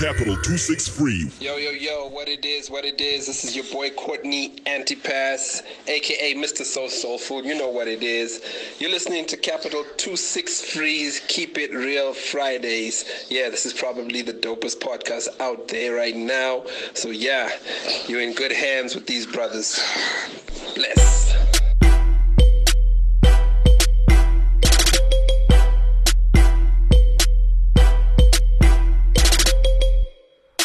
Capital 263. Yo, yo, yo, what it is, what it is. This is your boy Courtney Antipass, aka Mr. Soul Soul Food. You know what it is. You're listening to Capital 263's Keep It Real Fridays. Yeah, this is probably the dopest podcast out there right now. So, yeah, you're in good hands with these brothers. Bless.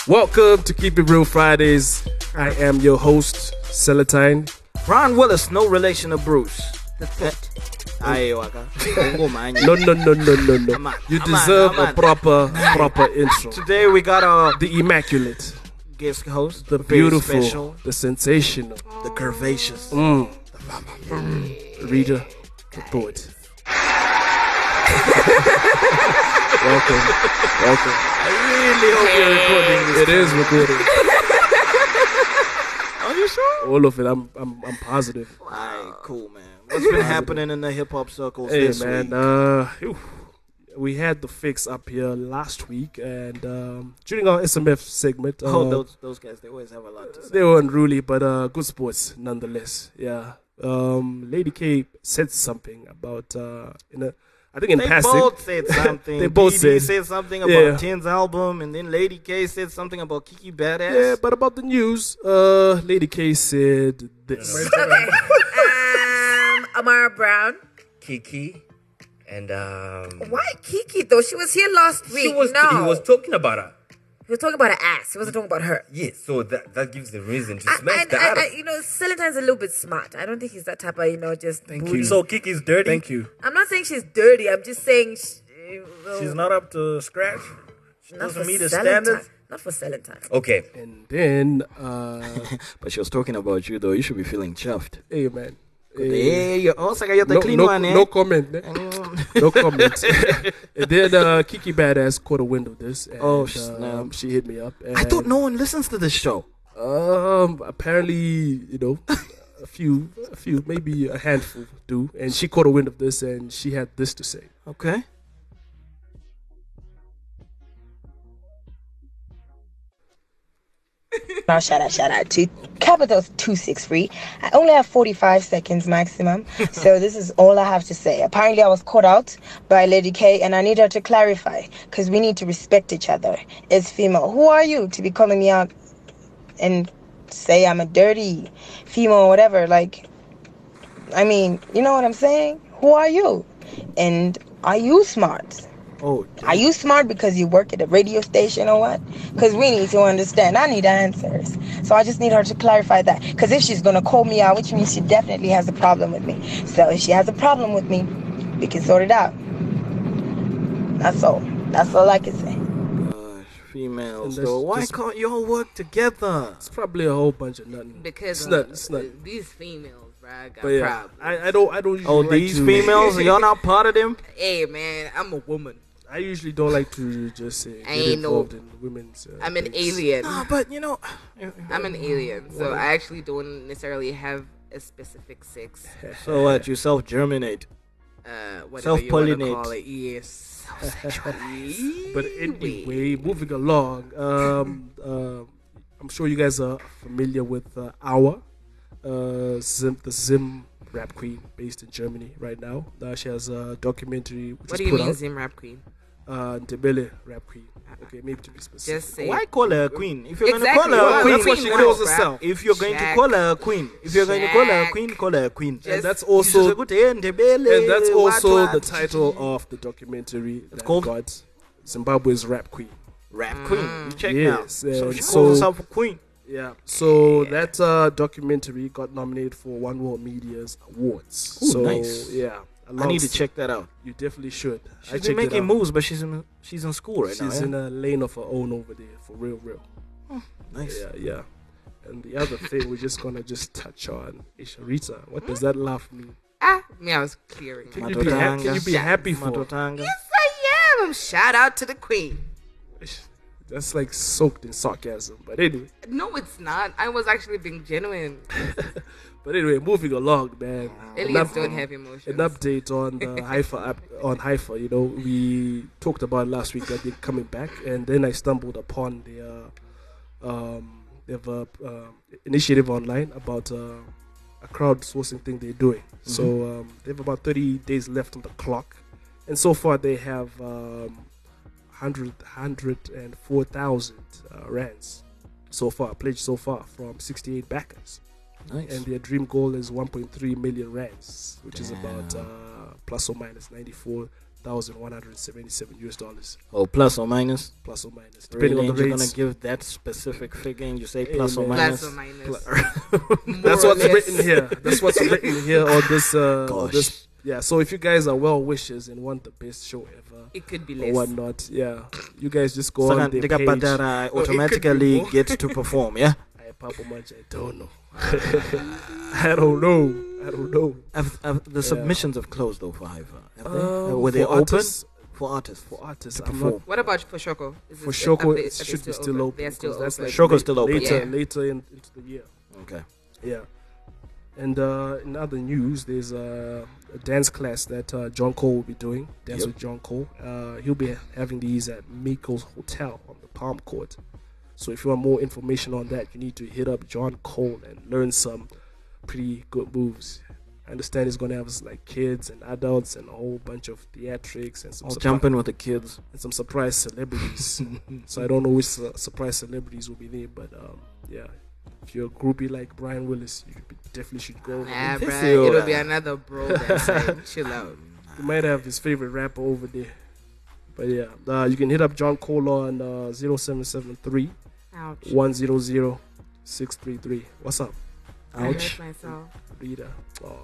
Welcome to Keep It Real Fridays. I am your host, Celatine. Ron Willis, no relation to Bruce. Aye, waka. Ngoma yenye. No, no, no, no, no, I'm no. on, You I'm on, deserve I'm a on. proper, proper intro. Today we got a The immaculate, guest host, the very beautiful, special, the sensational. the curvaceous. Mm. Reader, the poet. welcome, welcome. Really hope you're recording this. It is recording. Are you sure? All of it. I'm, I'm, I'm positive. Alright, cool, man. What's been happening in the hip hop circles Hey this man, week? uh, phew. we had the fix up here last week, and um, during our SMF segment, uh, oh, those those guys, they always have a lot to say. they were unruly, but uh, good sports nonetheless. Yeah, um, Lady K said something about uh, in a, I think in They passing. both said something. They both DD said. something about Yeah. Ten's album, and then Lady K said something about Kiki Badass. yeah, but about the news, uh, Lady K said this. um, Amara Brown. Kiki, and um, Why Kiki though? She was here last week. She was no, he was talking about her. He was talking about her ass. He wasn't talking about her. Yes, so that that gives the reason to I, smash I, the I, other. I- you know, Celentine's a little bit smart. I don't think he's that type of you know just. Thank So Kiki's dirty. Thank you. I'm not saying she's dirty. I'm just saying she, well, She's not up to scratch. She not doesn't for meet the Celentine. standards. Not for Celentine. Okay, And then, uh, But she was talking about you, though. You should be feeling chuffed. hey man, hey, Eh, Hey, you Oh, also got the Eh, no, clean no, one, eh? no comment. eh? Mm. no comment. and then uh, Kiki Badass caught a wind of this. And, Oh, um, snap. she hit me up. And, I thought no one listens to this show. Um, apparently, you know, a few, a few, maybe a handful do, and she caught a wind of this, and she had this to say. Okay. Now shout out, shout out to Capital 263. I only have 45 seconds maximum, so this is all I have to say. Apparently, I was caught out by Lady K, and I need her to clarify because we need to respect each other as female. Who are you to be calling me out and say I'm a dirty female or whatever? Like, I mean, you know what I'm saying? Who are you? And are you smart? Oh, Are you smart because you work at a radio station or what? Because we need to understand. I need answers. So I just need her to clarify that. Because if she's going to call me out, which means she definitely has a problem with me. So if she has a problem with me, we can sort it out. That's all. That's all I can say. gosh, females. And Though. that's Why just- can't y'all work together? It's probably a whole bunch of nothing. because it's uh, not, it's not. these females, bruh, got But yeah, problems. I, I don't, I don't. Usually Oh, like these to- females, y'all not part of them? hey man, I'm a woman. I usually don't like to just say get ain't no- involved in women's. Uh, I'm an things. alien. No, but you know, I'm an alien, so I actually don't necessarily have a specific sex. so what? You self germinate. Uh, whatever you wanna call it. Self-pollinate. Yes. But anyway, moving along. Um, uh, I'm sure you guys are familiar with uh, our uh, Zim, the Zim rap queen based in Germany right now. Uh, she has a documentary which What is do you put mean, out. Zim rap queen? Uh, Uh, Ndebele rap queen. Okay, maybe to be specific. Just say. Why call her a queen? If you're Exactly. going to call her Well, a queen, that's what she calls herself. If you're going Shaq. to call her a queen, if you're going to call her a Shaq. queen, call her a queen. Just- that's also- eh, and and that's that's also the title of the documentary that called- got Zimbabwe's rap queen. rap queen. You check Yes, now. So and she so- calls herself a queen. Yeah. So that uh, documentary got nominated for One World Media's awards. Ooh, so nice. yeah, I need to alongside- check that out. You definitely should. I She's checked it been making out. moves, but she's in she's in school right now. eh? She's yeah? in a lane of her own over there, for real, real. nice. Yeah, yeah. And the other thing we're just gonna just touch on is Rita. What does that laugh mean? Ah, me, I was clearing. Can my- you be, ha- can you be Matotanga. happy for? Matotanga. Yes, I am. Shout out to the queen. That's like soaked in sarcasm. But anyway, No, it's not. I was actually being genuine. but anyway, moving along, man. An Aliens up- don't have emotions. An update on the Haifa app, on Haifa. You know, we talked about last week that they're coming back, and then I stumbled upon their um, their uh, um, initiative online about uh, a crowdsourcing thing they're doing. Mm-hmm. So um, they have about 30 days left on the clock, and so far they have um, 100 104,000 uh, rands so far pledged so far from 68 backers Nice. and their dream goal is 1.3 million rands, which is about uh, plus or minus 94,177 US dollars, oh, plus or minus. plus or minus, Really, depending on the you're gonna rates. give that specific figure and you say Hey, plus or man. minus. Plus or minus. More That's or what's less. written here. That's what's written here on this. Uh, on this Gosh. yeah. So if you guys are well wishers and want the best show ever It could be or less. whatnot, yeah, you guys just go Saka on the ndiga page. badara, I automatically get to perform, yeah? I pop a much. I don't know. I don't know. I don't know. Have, have the submissions have closed though for Hiver. Have they? Uh, Um, were they for open artists- for artists? for artists, to I'm not perform. What about for Shoko? Is for it- Shoko, are they- it are they should be still open. They're still 'cause that's open. like Shoko's late- still open. Later, Yeah. later in, into the year. Okay. Yeah. And uh, in other news, there's a, a dance class that uh, John Cole will be doing. Dance Yep. with John Cole. Uh, he'll be having these at Miko's Hotel on the Palm Court. So if you want more information on that, you need to hit up John Cole and learn some pretty good moves. I understand he's gonna have like kids and adults and a whole bunch of theatrics and some I'll surpri- jump in with the kids. and some surprise celebrities. so I don't know which su- surprise celebrities will be there, but um, yeah, if you're a groupie like Brian Willis, you be, definitely should go. Nah, This bruh, is your- It'll be another bro. that's like, Chill out. You might have his favorite rapper over there. But yeah, uh, you can hit up John Cole on uh, 0773 Ouch. 100 633. What's up, I hurt Ouch. myself. Rita? Oh,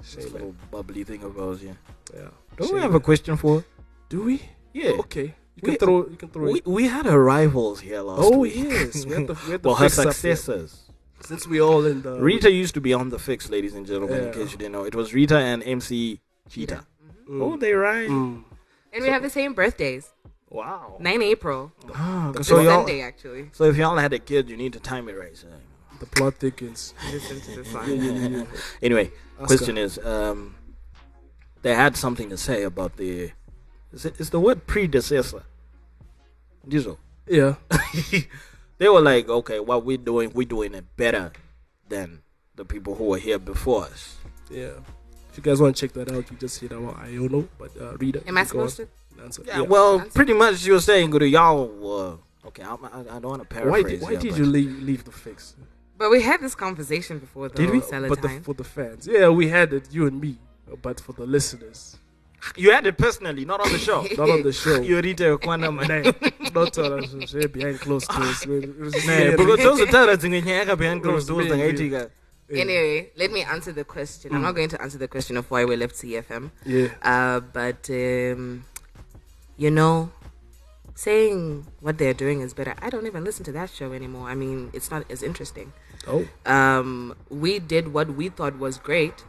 This shame. little bubbly thing of ours, yeah. Yeah. Don't Shame, we have a man. question for? her? Do we? Yeah. Okay. You can We- throw. You can throw. We, it. we had her rivals here last Oh week. yes. We had the, we had the well, her fix up here. successors. Since we all in the Rita used to be on the fix, ladies and gentlemen. Yeah. In case you didn't know, it was Rita and MC Cheetah. Mm, Oh, they right. mm. And we have the same birthdays. Wow. 9 April. Ah, It's so y'all, Sunday, actually. so if y'all had a kid, you need to time it right. So. The plot thickens. Listen to this song. Anyway, Oscar. question is, um, they had something to say about the, is, it, is the word predecessor? Diesel. Yeah. they were like, okay, what we're doing, we're doing it better than the people who were here before us. Yeah. If you guys want to check that out, you just hit our Iono, but uh, read it. Am I supposed to? Answer. Yeah, well, pretty much you were saying, Guru, y'all were. Okay, I, I, I don't want to why paraphrase. did, why here, did but- you leave, leave the fix? But we had this conversation before, though. Did we? Salad But the, time. for the fans. Yeah, we had it, you and me. But for the listeners, You had it personally, not on the show. not on the show. you Rita Kwana Manai. Nah, not on the show. Shit, behind closed doors. It was me Nah, and because Rita. those are tell us in Kenyaka behind closed doors, It was the me and IT guy. Anyway, let me answer the question. I'm Mm. not going to answer the question of why we left CFM. Yeah. Uh, but, um, you know, saying what they're doing is better. I don't even listen to that show anymore. I mean, it's not as interesting. Oh. Um, we did what we thought was great.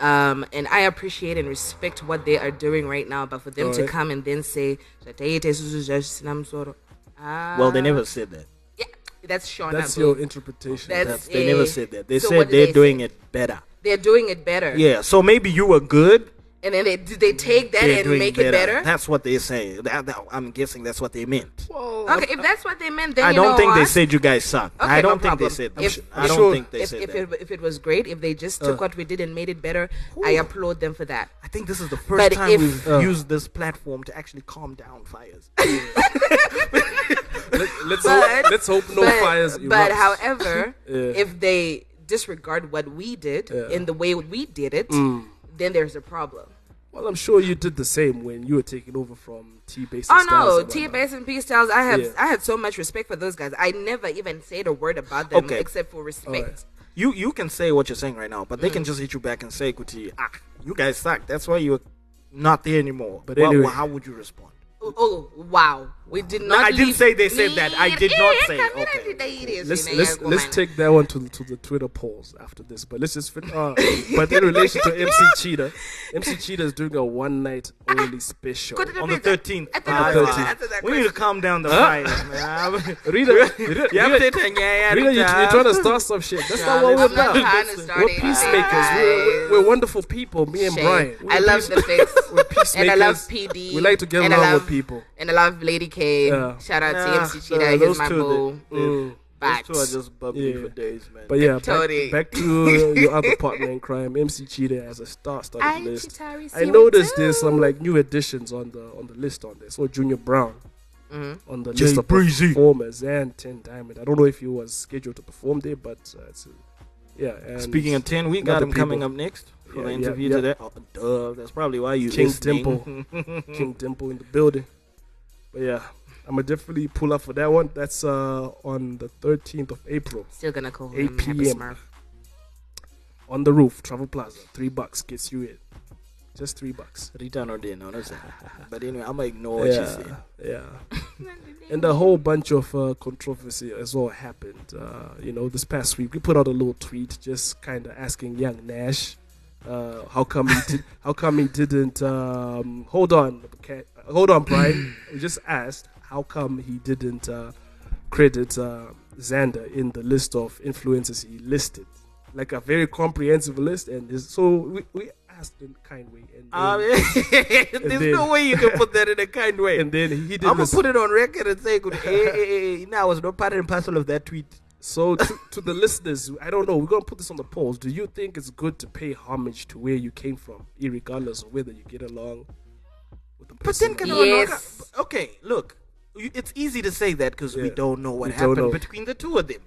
Um, and I appreciate and respect what they are doing right now. But for them to Alright. come and then say, "Shatayete suzu jasinamzoro." Ah, Well, they never said that. yeah, that's Sean. That's your interpretation. Oh, That's- That's, they never eh, said that. They so said what did they're they doing say? it better. They're doing it better. Yeah, so maybe you were good. And then they did they take that They're and doing make better. it better. That's what they're saying. That- that- I'm guessing that's what they meant. okay, if that's what they meant, then I you don't know think they what? said you guys suck. Okay, I don't no think they problem. said that. I'm su- I don't sure- think they if, said if, that. it, if it was great, if they just took what we did and made it better, I applaud them for that. Uh. I think this is the first But time if- we've Uh. used this platform to actually calm down fires. Let's, But- hope, let's hope no but, fires erupt. But however, Yeah. if they disregard what we did in the way we did it, Mm. then there's a problem. well, I'm sure you did the same when you were taking over from T-Base. Oh no, T Bass and P Styles, I have Yeah. I had so much respect for those guys. I never even said a word about them Okay. except for respect. Mm. Alright. you you can say what you're saying right now, but they can just hit you back and say, Kuti, ah, you guys suck. That's why you're not there anymore. But Well, anyway. how would you respond? Oh, oh, wow. We did No, not. I didn't leave- eh, say they said that. I did not say. Mira, mira, Okay. mira, mira, Let's mira, let's mira, let's mira. take that one to to the Twitter polls after this. But let's just fin- uh, but in relation to MC Cheetah, MC Cheetah is doing a one night only special. Corta On the presa. 13th. I thought I was Ah, gonna answer that We need to question. calm down the fire, man. Rita, Rita, Yeah, Rita, Rita, you, are trying to start some shit. That's not what I'm we're not about. trying to start We're it, peacemakers. We're, we're, guys. we're wonderful people. Me and Shame. Brian. We're uh, I love peace- the fix. We're peacemakers. And I love PD. We like to get and I along love- with people. And I love Lady K. Yeah. Shout out Nah, to MC Cheetah. nah, He's those my two, they- boo. Mm. But Those two are just bubbly Yeah. for days, man. But yeah, back, Totally. back to your other partner in crime, MC Cheetah, as a star I started list. Chitari I noticed there's some like new additions on the on the list on this. Or Junior Brown Mm-hmm. on the list of Breezy. performers and Ten Diamond. I don't know if he was scheduled to perform there, but uh, it's, uh, yeah. And Speaking of 10, we got Another him coming people. up next for Yeah, the yeah, interview yeah. today. Oh, duh, that's probably why you King listening. Dimple. King Dimple in the building, but yeah, I'm gonna definitely pull up for that one. That's uh on the 13th of April Still gonna call 8 him Happy PM. Smurf. on the roof, Travel Plaza. Three bucks gets you in, just three bucks. Return or dinner, that's it. But anyway, I'm gonna ignore what yeah, you said. yeah. and a whole bunch of uh, controversy has all happened. Uh, you know, this past week we put out a little tweet, just kind of asking Young Nash, uh, how come he did, how come he didn't um, hold on, okay, hold on, Brian. we just asked how come he didn't uh, credit uh, Xander in the list of influences he listed, like a very comprehensive list. And his, so we, we asked in kind way, and I then, mean, Um, there's then- no way you can put that in a kind way. and then he did. I'm gonna res- put it on record and say, good, eh, hey, hey, hey, now I was not part and parcel of that tweet. So to, to the listeners, I don't know. We're gonna put this on the polls. Do you think it's good to pay homage to where you came from, irregardless of whether you get along with the But person? then, can Yes. yes. okay, look, you- it's easy to say that because we Yeah. don't know what We don't happened know. Mm. between the two of them.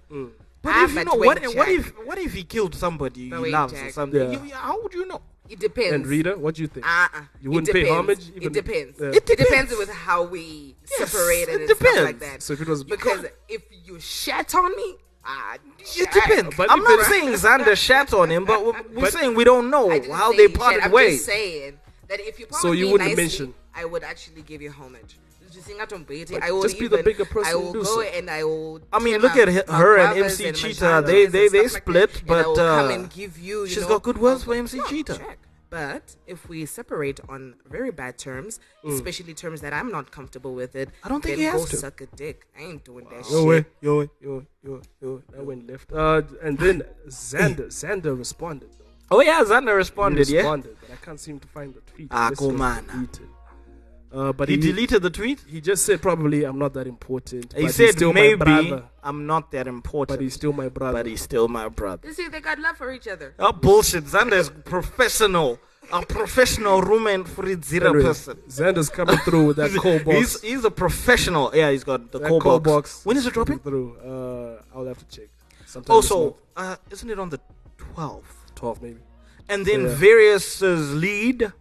But Ah, if you but know what, wait, what Jack. if what if he killed somebody But he wait, loves or Jack. something? Yeah. You- you- how would you know? It depends. and Rita, what do you think? Uh-uh. You It wouldn't pay depends. homage, even- it depends. Yeah. It It depends. depends with how we Yes, separated it and stuff like depends. that. So if it was- because if you shat on me, I It depends. but I'm if not it's- saying Xander shat on him, but we're, we're But- saying we don't know I didn't how say they you shat. parted I'm ways. Just saying that if you So parted you me wouldn't nicely, mention- I would actually give you homage. Just sing out on Beatty. But I will just be the even, bigger person I will to do go so. and I will. I tear mean, look my- at he- my her and brothers MC my Cheetah. They- brothers and they- they stuff like split, that, and but, I will come uh, and give you. you she's know, got good words for MC No, Cheetah. check. But if we separate on very bad terms, especially terms that I'm not comfortable with, it Mm. I don't think then he has go to. suck a dick. I ain't doing that Yo, shit. way, yo, way, yo, yo, yo. That went left. Uh, and then Xander, Xander responded. though. Oh yeah, Xander He responded. Yeah, responded, but I can't seem to find the tweet. Ah, This was Kumana. deleted. Uh, but he he, deleted the tweet. He just said probably I'm not that important. but He he's said still my maybe brother, I'm not that important, but he's still my brother. but he's still my brother. You see, they got love for each other. Oh bullshit! Xander is professional, a professional Roman free zero Anyway, person. Xander's coming through with that cold box. He's he's a professional. Yeah, he's got the That cold cold box. box When is it dropping? Through. Uh, I'll have to check. Sometime this Also, month. uh, isn't it on the 12th? 12 maybe. And then Yeah. Mm, Various's lead,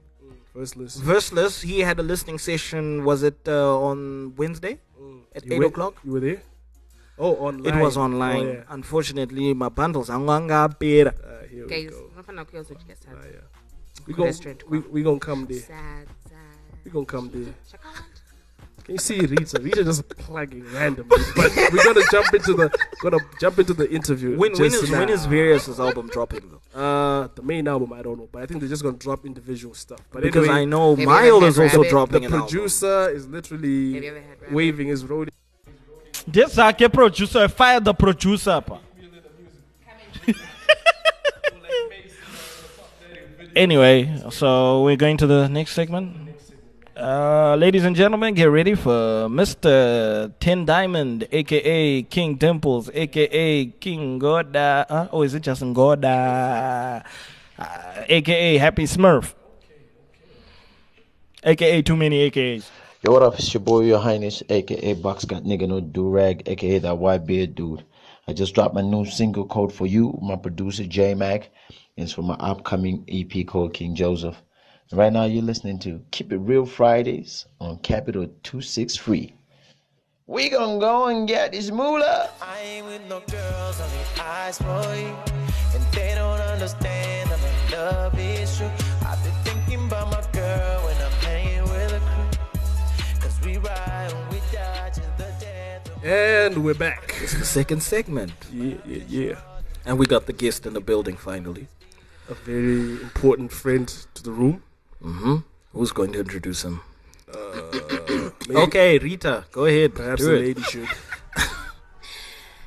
First list. Verseless, he had a listening session. Was it uh, on Wednesday at Mm. You eight were- o'clock? You were there? Oh, online. It was online. Oh, yeah. Unfortunately, my bundles angangapera. Uh, here we Guys, go. I'm gonna kill what you guys Ah, had. We gon' Restaurant we, we gonna come there. Sad, sad. We gonna come there. Check out. Can you see Rita? Rita just plugging randomly. But we're gonna jump into the gonna jump into the interview. When when just is now. when is Various's album dropping though? uh the main album? I don't know, but I think they're just gonna drop individual stuff. But Because anyway, I know Have you Mile ever is had also rabbit? dropping the an album. producer is Have you literally ever had rabbit? waving his road. Dessa aqui é producer, é fire da producer, pá. anyway, so we're going to the next segment. Uh, ladies and gentlemen, get ready for Mr. Ten Diamond, aka King Dimples, aka King Gorda. Uh, oh, is it Justin Gorda? Uh, aka Happy Smurf. Aka too many AKAs. Yo, what up? It's your boy, Your Highness, aka Box Got Nigga No Durag, aka That White Beard Dude. I just dropped my new single called For You, my producer J Mac. and It's for my upcoming EP called King Joseph. And right now, you're listening to Keep It Real Fridays on Capital 263. We gonna go and get this moolah. I ain't with no girls, I mean eyes for you. And they don't understand, I mean love is true. I've been thinking about my girl when I'm hanging with a crew. Cause we ride when we die. And we're back. It's the second segment. Yeah, yeah, yeah. And we got the guest in the building finally. A very important friend to the room. Mm-hmm. Who's going to introduce him? Uh, okay, Rita, go ahead. Perhaps the lady should.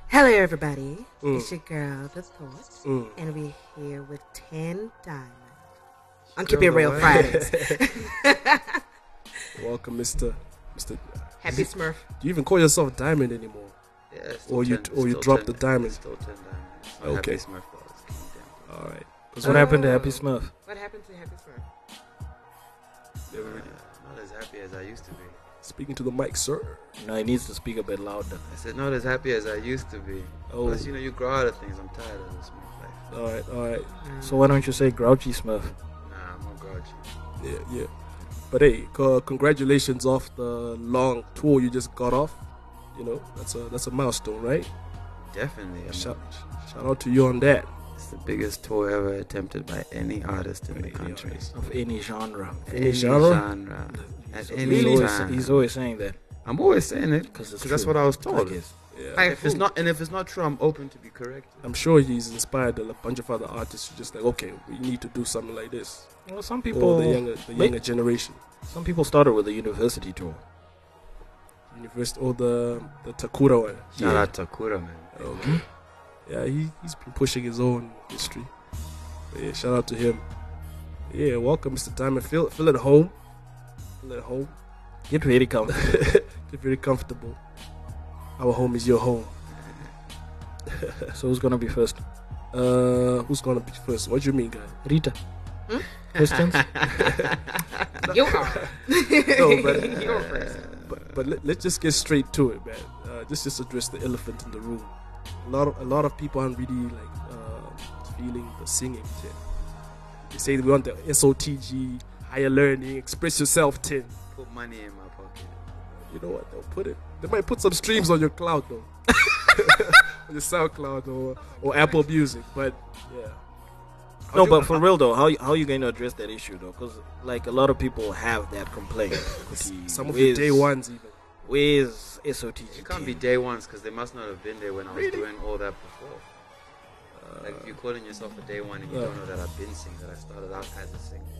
Hello, everybody. Mm. It's your girl, The Thought, mm. and we're here with 10 Diamond on Keep It Real way. Fridays. Welcome, Mr. Mr. Happy Smurf. Do you even call yourself Diamond anymore? Yeah, or you 10, or you drop 10, the diamond. Still 10 Oh, Diamond. okay. Happy Smurf Balls. All right. Because what happened to Happy Uh, Smurf? What happened to Happy Smurf? There we go. Not as happy as I used to be. Speaking to the mic, sir. No, he needs to speak a bit louder. I said not as happy as I used to be. Oh. Plus, you know, you grow out of things. I'm tired of this Smurf life. All right, all right. Mm. So why don't you say grouchy Smurf? Nah, I'm not grouchy. Yeah, yeah. But hey, co- congratulations off the long tour you just got off. You know, that's a that's a milestone, right? Definitely. I'm- Shout, shout out to you on that. It's the biggest tour ever attempted by any artist in the Any country. artist. Of any genre. Any genre? genre, At any he's, always, time. he's always saying that. I'm always saying it 'Cause because it's that's true. what I was I told. guess. Yeah. if it's not, and if it's not true, I'm open to be corrected. I'm sure he's inspired a bunch of other artists who just like, okay, we need to do something like this. Well, some Or people the younger, the may- younger generation, some people started with a university tour. university, or the the Takura one. Shout out Takura, man. Okay. Yeah, he he's been pushing his own history. But yeah, shout out to him. Yeah, welcome, Mr. Diamond. Feel feel at home. Feel at home. Get really comfortable. Get very comfortable. Our home is your home. so who's gonna be first? Uh, who's gonna be first? What do you mean, guy? Rita. Questions? Hmm? You are. No, but You're first. but, but let, let's just get straight to it, man. Uh, just just address the elephant in the room. A lot of a lot of people aren't really like uh, feeling the singing tin. They say we want the SOTG, higher learning, express yourself tin. Put money in my pocket. You know what? They'll put it. They might put some streams on your cloud though, on your SoundCloud or or Apple Music. But yeah, no, but for real though, how how are you going to address that issue though? Because like a lot of people have that complaint. Kuti, some of your where's- day ones even. Where's SOTG? It can't be day ones because they must not have been there when I was doing all that before. Uh, Like if you're calling yourself a day one and you yeah. don't know that I've been singing, that I started out as a singer.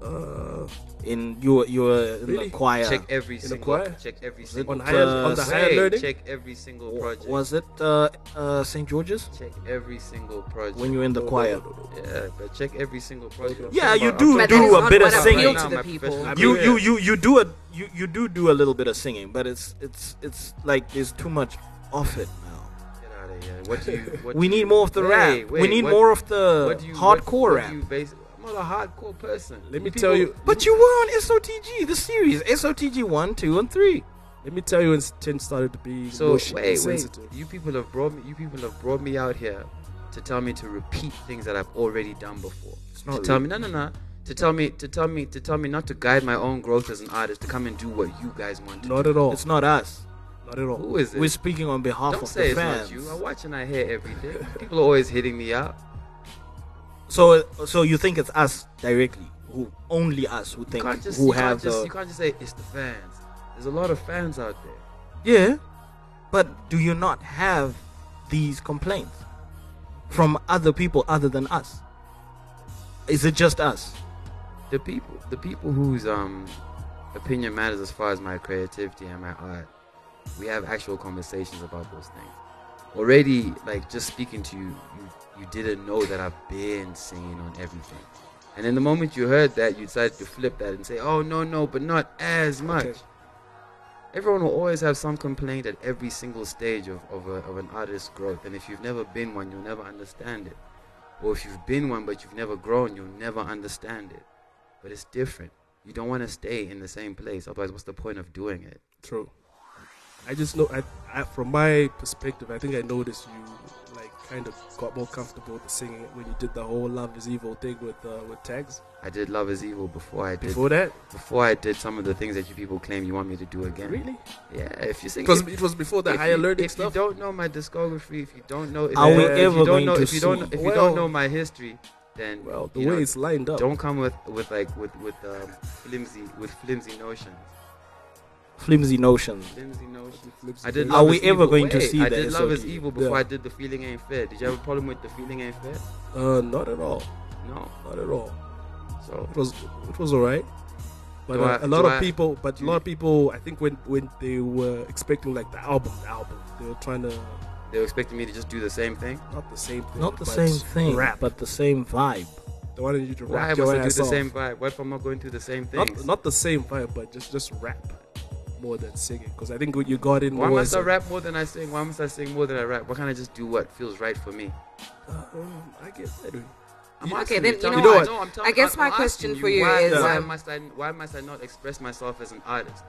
Uh, in you were- you were in Really? the choir. Check every the single. choir? Check every Was it single. on higher on the uh, higher Hey, learning. Check every single W- project. Was it uh, uh, St George's check every single project. when you were in the No, no, choir? no, no, no. yeah, but check every single project. Yeah, I'm you talking do about- But do that's a not bit of what singing. appeals to Right the now, my people. professional- You Yeah. you you you do a you, you do do a little bit of singing, but it's it's it's like there's too much of it now. Get out of here. What do you? What We do need you- more of the Wait, rap. we wait, need what- more of the what do you- what- hardcore what rap. do you base- I'm not a hardcore person. Let me People- tell you. But you were on SOTG, the series SOTG one, two, and three. Let me tell you when Tin started to be So emotionally wait, wait. sensitive. You people have brought me. You people have brought me out here to tell me to repeat things that I've already done before. not to tell me no, no, no. To tell me, to tell me, to tell me not to guide my own growth as an artist. To come and do what you guys want to. Not at all. It's not us. Not at all. do. Who is it? We're speaking on behalf Don't of say the it's fans. not you. I watch and I hear everything. People are always hitting me up. So so you think it's us directly? Who only us who You think can't just, who you have can't just, the you can't just say it's the fans. There's a lot of fans out there. Yeah, but do you not have these complaints from other people other than us? Is it just us? the people the people whose um opinion matters as far as my creativity and my art we have actual conversations about those things already like just speaking to you you, you didn't know that i've been singing on everything and then the moment you heard that you decided to flip that and say oh no no but not as much Okay. Everyone will always have some complaint at every single stage of, of, a, of an artist's growth. And if you've never been one, you'll never understand it. Or if you've been one but you've never grown, you'll never understand it. But it's different. You don't want to stay in the same place. Otherwise, what's the point of doing it? True. I just know, I, I, from my perspective, I think I noticed you like kind of got more comfortable with the singing when you did the whole "Love Is Evil" thing with uh, with tags. I did Love is Evil before I did Before that, before I did some of the things that you people claim you want me to do again. really, Yeah, if you sing it was, it was before the if higher you, learning if stuff. you don't know my discography, if you don't know, if Are you we don't- if ever you going don't know, to if you don't, see? if you Well- don't know my history, then well, the you way know, it's lined up. don't come with with like with with um, flimsy with flimsy notions flimsy notion. Flimsy notion. I did Are Love we Is ever Evil. going to Wait, see I the did Love is SOG? Evil before Yeah. I did The Feeling Ain't Fair. Did you have a problem with The Feeling Ain't Fair? Uh, not at all. No. Not at all. So it was it was alright. But Do uh, I- a lot do of I- people, but a lot of people, I think when when they were expecting like the album, the album, they were trying to They were expecting me to just do the same thing. not the same thing, Not the but same thing, rap. but the same vibe. They wanted you to Why rap must your I do ass the off. same vibe? What if I'm not going through the same thing? Not not the same vibe, but just just rap more than singing. Because I think what you got in Why was must I rap more than I sing? Why must I sing more than I rap? Why can't I just do what feels right for me? Um, I guess I do. I'm You- asking then Tell you me know why. what? No, I'm I guess I'm- my I'm asking question for you why, is, why um, must I why must I not express myself as an artist?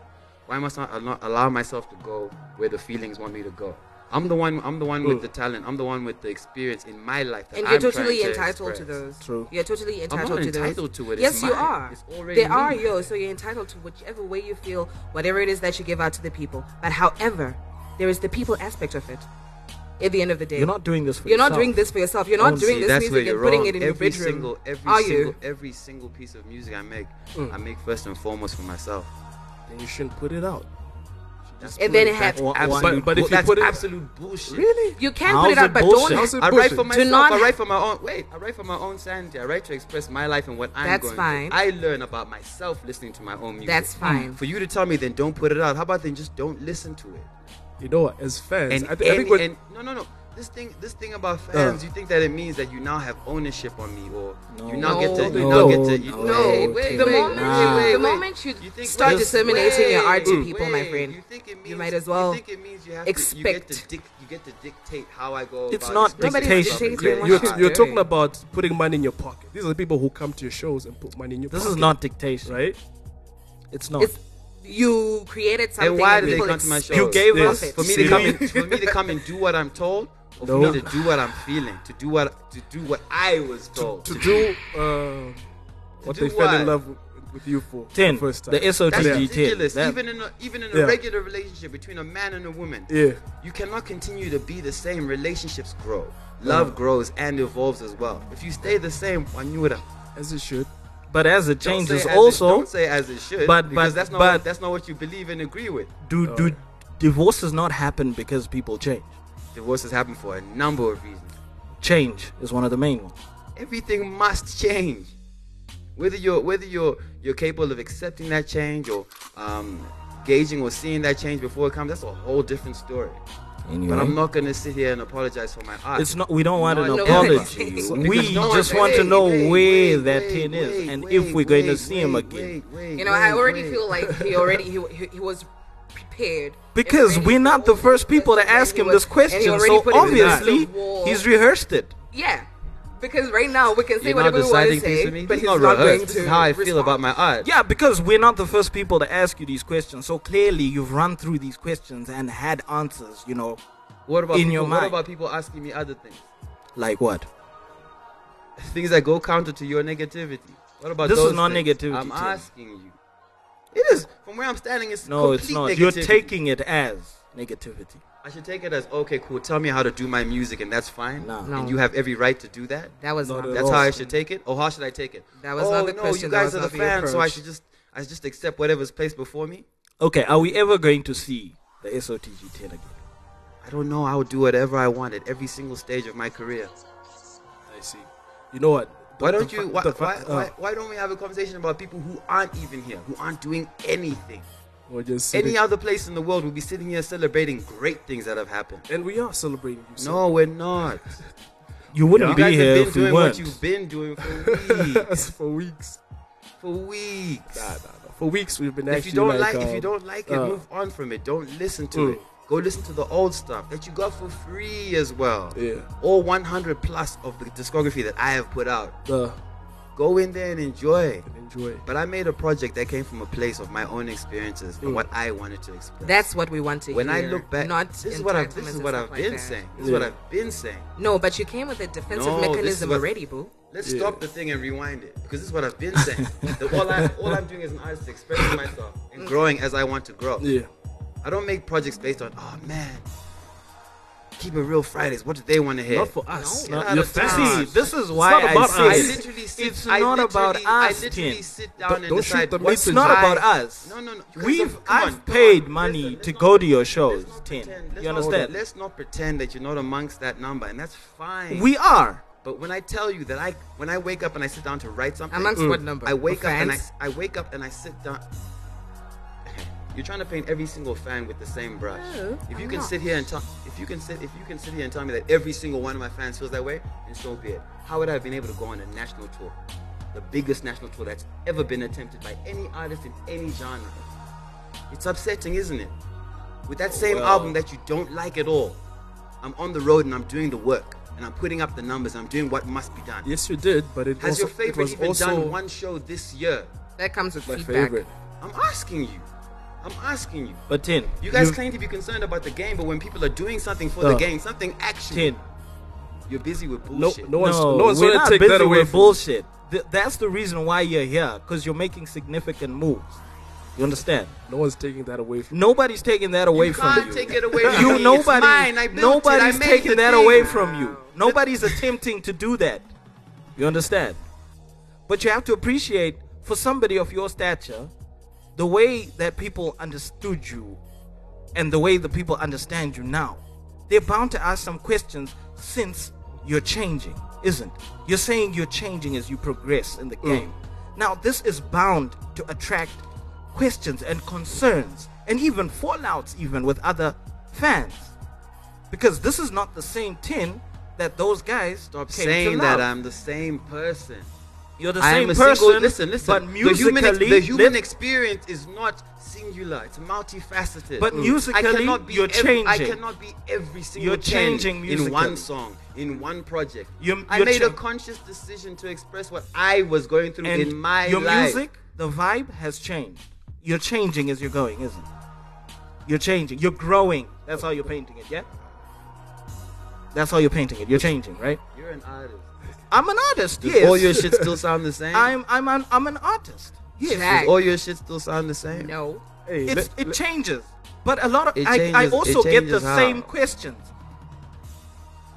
Why must I not allow myself to go where the feelings want me to go? I'm the one. I'm the one with the talent. I'm the one with the experience in my life. That and you're I'm totally trying to entitled to express. those. You're totally I'm entitled not to those. entitled to it. It's Yes, you mine. are. It's already they are mine. yours, so you're entitled to whichever way you feel, whatever it is that you give out to the people. But however, there is the people aspect of it. At the end of the day, You're not doing this for You're not yourself. doing this for yourself. You're not Oh, doing see, this that's where music and you're putting wrong. it in every your bedroom. Single, every are single, you? Every single piece of music I make, Mm. I make first and foremost for myself. Then you shouldn't put it out. That's And then it that's have- Wha- absolute. but- but if bull- you that's put it- absolute bullshit. Really? You can put it out, but don't. I write for myself. Do not. I write for my own. Wait, I write for my own sanity. I write to express my life and what I'm That's going fine. through. I learn about myself listening to my own music. That's fine. For you to tell me, then don't put it out. How about then just don't listen to it? You know what? As fans, And, I, thi- I any- think what, and no, no, no. This thing, this thing about fans, you think that it means that you now have ownership on me, or you now get to, you No. now get to, you, No. No. The moment you- the moment you start wait, disseminating your art to wait, people, my wait. friend, you, think it means, you might as well you think it means you have To, you, get expect- to dic- you get to dictate how I go. It's about not expressing dictation. Nobody's myself and doing dictating my what art. you're talking about putting money in your pocket. These are the people who come to your shows and put money in your This pocket. is not dictation, right? It's not. It's- you created something. And why and did they people come to my expect show? You gave us- for me to come and for me to come and do what I'm told, or for No. me to do what I'm feeling, to do what to do what I was told to do um, what do they fell what? in love with, with you for Ten. the first time. The SOTG That's Yeah. ridiculous. That- even in a, even in a Yeah. regular relationship between a man and a woman, Yeah. you cannot continue to be the same. Relationships grow, love Uh-huh. Mhm. grows and evolves as well. If you stay the same, wanyura. as it should. but as it Don't say changes, as it- also, don't say as it should, but- because but- that's not but- what, that's not what you believe and agree with. Oh. do do Oh. divorces not happen because people change? Divorces happen for a number of reasons. Change is one of the main ones. everything must change. Whether you're whether you're you're capable of accepting that change or um, gauging or seeing that change before it comes, that's a whole different story. But I'm not gonna sit here and apologize for my art. It's not. We don't want No, an no, apology. because- We because no one- just want to wait, know wait, where wait, that wait, tin is wait, and wait, if we're going to wait, see him wait, again. wait, wait, You know, I wait, already wait. feel like he already he, he, he was prepared. Because we're not the first people to ask him this question, and he already so put it in the obviously wall. he's rehearsed it. Yeah, because right now we can say You're not whatever we want deciding to things say, for me. but This he's is not not, rehearsed. going This is to how I feel about respond. my art. Yeah, because we're not the first people to ask you these questions, so clearly you've run through these questions and had answers. You know, What about in people, your what mind? about people asking me other things? like what? Things that go counter to your negativity. What about This is those not things? negativity, I'm Tim. asking you. It is from where I'm standing. It's No, it's not. complete You're negativity. taking it as negativity. I should take it as okay, cool. Tell me how to do my music, and that's fine. No. No. And you have every right to do that. That was Not not. at the That's how I question. should take it. Or how should I take it? That was oh, not the no, question. You That guys was are the not the fans, so I approach. should just I should just accept whatever's placed before me. Okay, are we ever going to see the SOTG ten again? I don't know. I would do whatever I want at every single stage of my career. I see. You know what? Why The- don't the you? fa- Why, the fa- why, uh, why, why don't we have a conversation about people who aren't even here, who aren't doing anything? We're just sitting- Any other place in the world, we'll be sitting here celebrating great things that have happened. and we are celebrating you. so- No, we're not. You wouldn't you be guys here have been if we doing what weren't. you've been doing for weeks. for weeks. for weeks. Nah, nah, nah. For weeks we've been. if you actually don't like, if um, you don't like it, uh, move on from it. Don't listen to Mm. it. Go listen to the old stuff that you got for free as well. Yeah. All 100 plus of the discography that I have put out. uh, Go in there and enjoy. it. enjoy. But I made a project that came from a place of my own experiences and Mm. what I wanted to express. That's what we want to when I hear. look back, not this is what I've, this entitlements is and what stuff I've like been that. saying. This is what I've been saying. No, but you came with a defensive No, this is mechanism what- already, boo. Let's Yeah. stop the thing and rewind it because this is what I've been saying. The- all, I, all I'm doing is an artist is expressing myself and growing as I want to grow. Yeah. I don't make projects based on, oh man, Keep it real Fridays. What do they want to hear? Not for us. No, Not- get out you're of town. fancy. This is It's why not about I us. say I it. literally sit- it's I not about literally- I us, literally Tim. sit down Don't- and don't shoot decide the what's messenger. Not about right. us. No, no, no. You guys We've don't- come on, I've paid money to go to your shows, Tim. Let's You not- understand? Let's not pretend that you're not amongst that number, and that's fine. We are. But when I tell you that I, when I wake up and I sit down to write something, Amongst Mm. what number? I wake The up and I, fans? I wake up and I sit down. You're trying to paint every single fan with the same brush. No, if you I'm can not. sit here and tell, if you can sit, if you can sit here and tell me that every single one of my fans feels that way, then so be it. How would I have been able to go on a national tour, the biggest national tour that's ever been attempted by any artist in any genre? It's upsetting, isn't it? With Oh, that same Well- album that you don't like at all, I'm on the road and I'm doing the work and I'm putting up the numbers. I'm doing what must be done. Yes, you did, but it Has also, your it favorite was even also done one show this year? That comes with my feedback. favorite. I'm asking you. I'm asking you. But Tin, You guys you- claim to be concerned about the game, but when people are doing something for No. the game, something actual, Tin. you're busy with bullshit. no, we're not busy with bullshit. Th- that's the reason why you're here, because you're making significant moves. You understand? No one's taking that away from. Nobody's taking that away from can't you. take it away from you me. It's nobody. mine. I built it. I nobody's made taking the that thing. away from you. Nobody's attempting to do that. You understand? But you have to appreciate for somebody of your stature, the way that people understood you, and the way the people understand you now. They're bound to ask some questions since you're changing, isn't? it? You're saying you're changing as you progress Mm. in the game. Now this is bound to attract questions and concerns and even fallouts even with other fans because this is not the same tin that those guys Stop came saying to that love. I'm the same person. You're the I same am a person, Single, listen, listen. but the human, ex- musically- the human let- experience is not singular. It's multifaceted. But musically, Mm. I cannot be you're ev- I changing. cannot be every single. You're pen changing in one musically. song, in one project. You're- I you're made a chang- conscious decision to express what I was going through and in my your life. music the vibe has changed you're changing as you're going isn't it you're changing you're growing that's how you're painting it yeah that's how you're painting it you're changing right You're an artist. i'm an artist Does yes all your shit still sound the same? i'm i'm an, i'm an artist yes Does all your shit still sound the same? No. it's, it changes. But a lot of It I, I changes- also it get the changes how? same questions.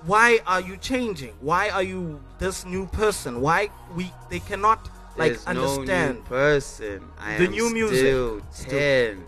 Why are you changing? Why are you this new person? Why we they cannot like There's understand No new person. I the am new music? Still Still- ten.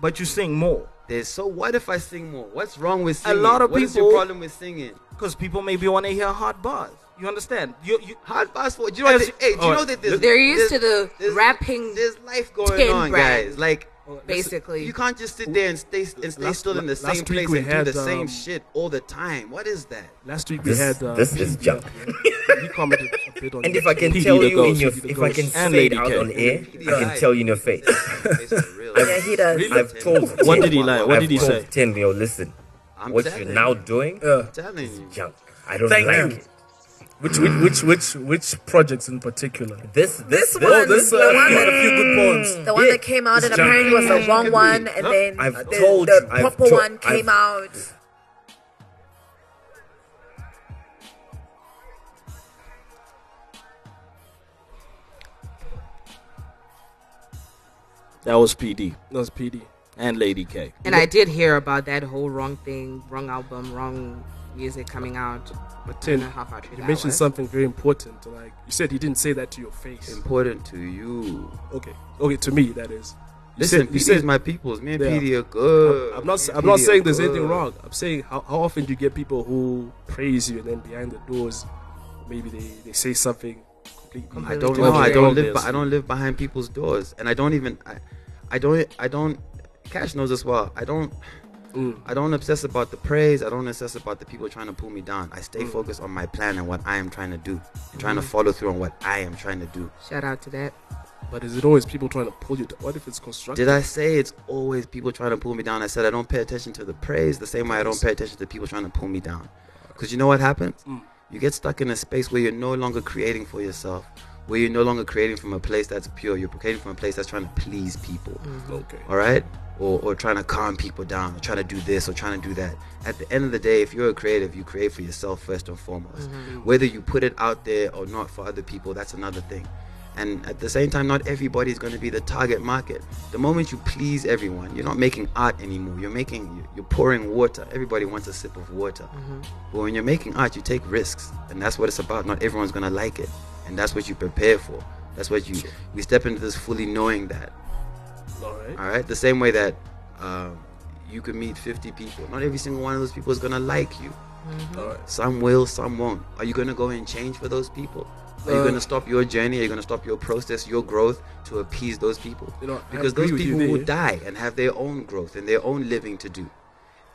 But you sing more. There's so what if I sing more? What's wrong with A singing? lot of What is your people- problem with singing? Because people maybe want to hear hard bars. You understand? You, you hard bars for you know what As- Oh, the- hey, do you know that there's- They're used to the there's- rapping. There's life going on, guys. Like basically, you can't just sit there and stay and stay Last- still in the last same week place we and had, do the same um, shit all the time. What is that? Last week we This- had. Uh, this is PB junk. up here. He commented a bit on. And that. if I can PB tell the you in ghost, your, PB the if I ghost. can And say it Lady out K. on air, I can lied. tell you in your face. Yeah, he does. I've told. What Tim- did he lie? What I've did he told say? Tim, yo, listen. I'm what telling you're now you. doing Uh, I'm telling you. is junk. I don't Thank like you. it. Which, which which which which projects in particular? This this, This one, this, the uh, one, had a few good poems. The one that came out It's and apparently was junk. the wrong one, and then I've the, told the you, I've proper told- one came I've- out. That was PD That was PD. and Lady K. and I did hear about that whole wrong thing, wrong album, wrong music coming out. But I don't Tin, know how far true you that mentioned was. something very important. Like you said, he didn't say that to your face. Important to you. Okay, okay, to me that is. You Listen, said- you PD's said- my peoples. Me and Yeah. PD are good. I'm not. Me and I'm not PD are saying there's anything good. wrong. I'm saying how, how often do you get people who praise you and then behind the doors, maybe they, they say something completely. I don't know. different. I don't live. This. I don't live behind people's doors, and I don't even. I, I don't. I don't. Cash knows as well. I don't. I don't obsess about the praise. I don't obsess about the people trying to pull me down. I stay Mm. focused on my plan and what I am trying to do, and trying to Mhm. follow through on what I am trying to do. Shout out to that. But is it always people trying to pull you? down? What if it's constructive? Did I say it's always people trying to pull me down? I said I don't pay attention to the praise the same way I don't pay attention to people trying to pull me down. Because you know what happens? Mm. You get stuck in a space where you're no longer creating for yourself, where you're no longer creating from a place that's pure. You're creating from a place that's trying to please people. Mhm. Okay. All right? Or, or trying to calm people down, or trying to do this, or trying to do that. At the end of the day, if you're a creative, you create Mm-hmm. for yourself first and Mm. foremost. Mhm. Whether you put it out there or not for other people, that's another thing. And at the same time, not everybody is going to be the target market. The moment you please everyone, you're not making art anymore. You're making, you're pouring water. Everybody wants a sip of water. Mhm. But when you're making art, you take risks, and that's what it's about. Not everyone's gonna like it, and that's what you prepare for. That's what you we step into this fully knowing that. All right. All right. The same way that um, you could meet 50 people. Not every single one of those people is gonna like you. Mhm. All right. Some will, some won't. Are you gonna go and change for those people? Are you Uh, gonna stop your journey? Are you gonna stop your process, your growth to appease those people? You know, I because agree those with you people will there. die and have their own growth and their own living to do.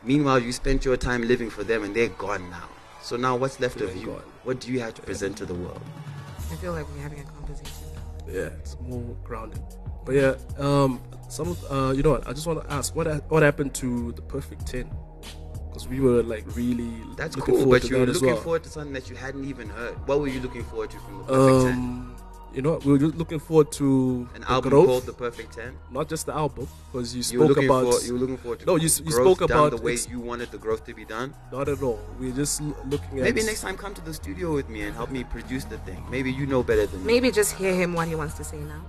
Meanwhile, you spent your time living for them and they're gone now. So now what's left of you? What do you have to present to the world? I feel like we're having a conversation. yeah, it's more grounded. But yeah, um, some of- uh, you know what? I just want to ask what ha- what happened to the perfect ten? Because we were like really That's looking cool, forward but to you're that as looking well. forward to something that you hadn't even heard. What were you looking forward to from the perfect ten? um, you know, what? we were just looking forward to An the album growth. called The Perfect Ten? Not just the album, because you You were spoke looking about for you were looking forward to no, you, s- you growth spoke done about the way ex- you wanted the growth to be done. not at all. We're just l- looking at Maybe next time come to the studio with me and help me produce the thing. Maybe you know better than me. Maybe just hear him what he wants to say now.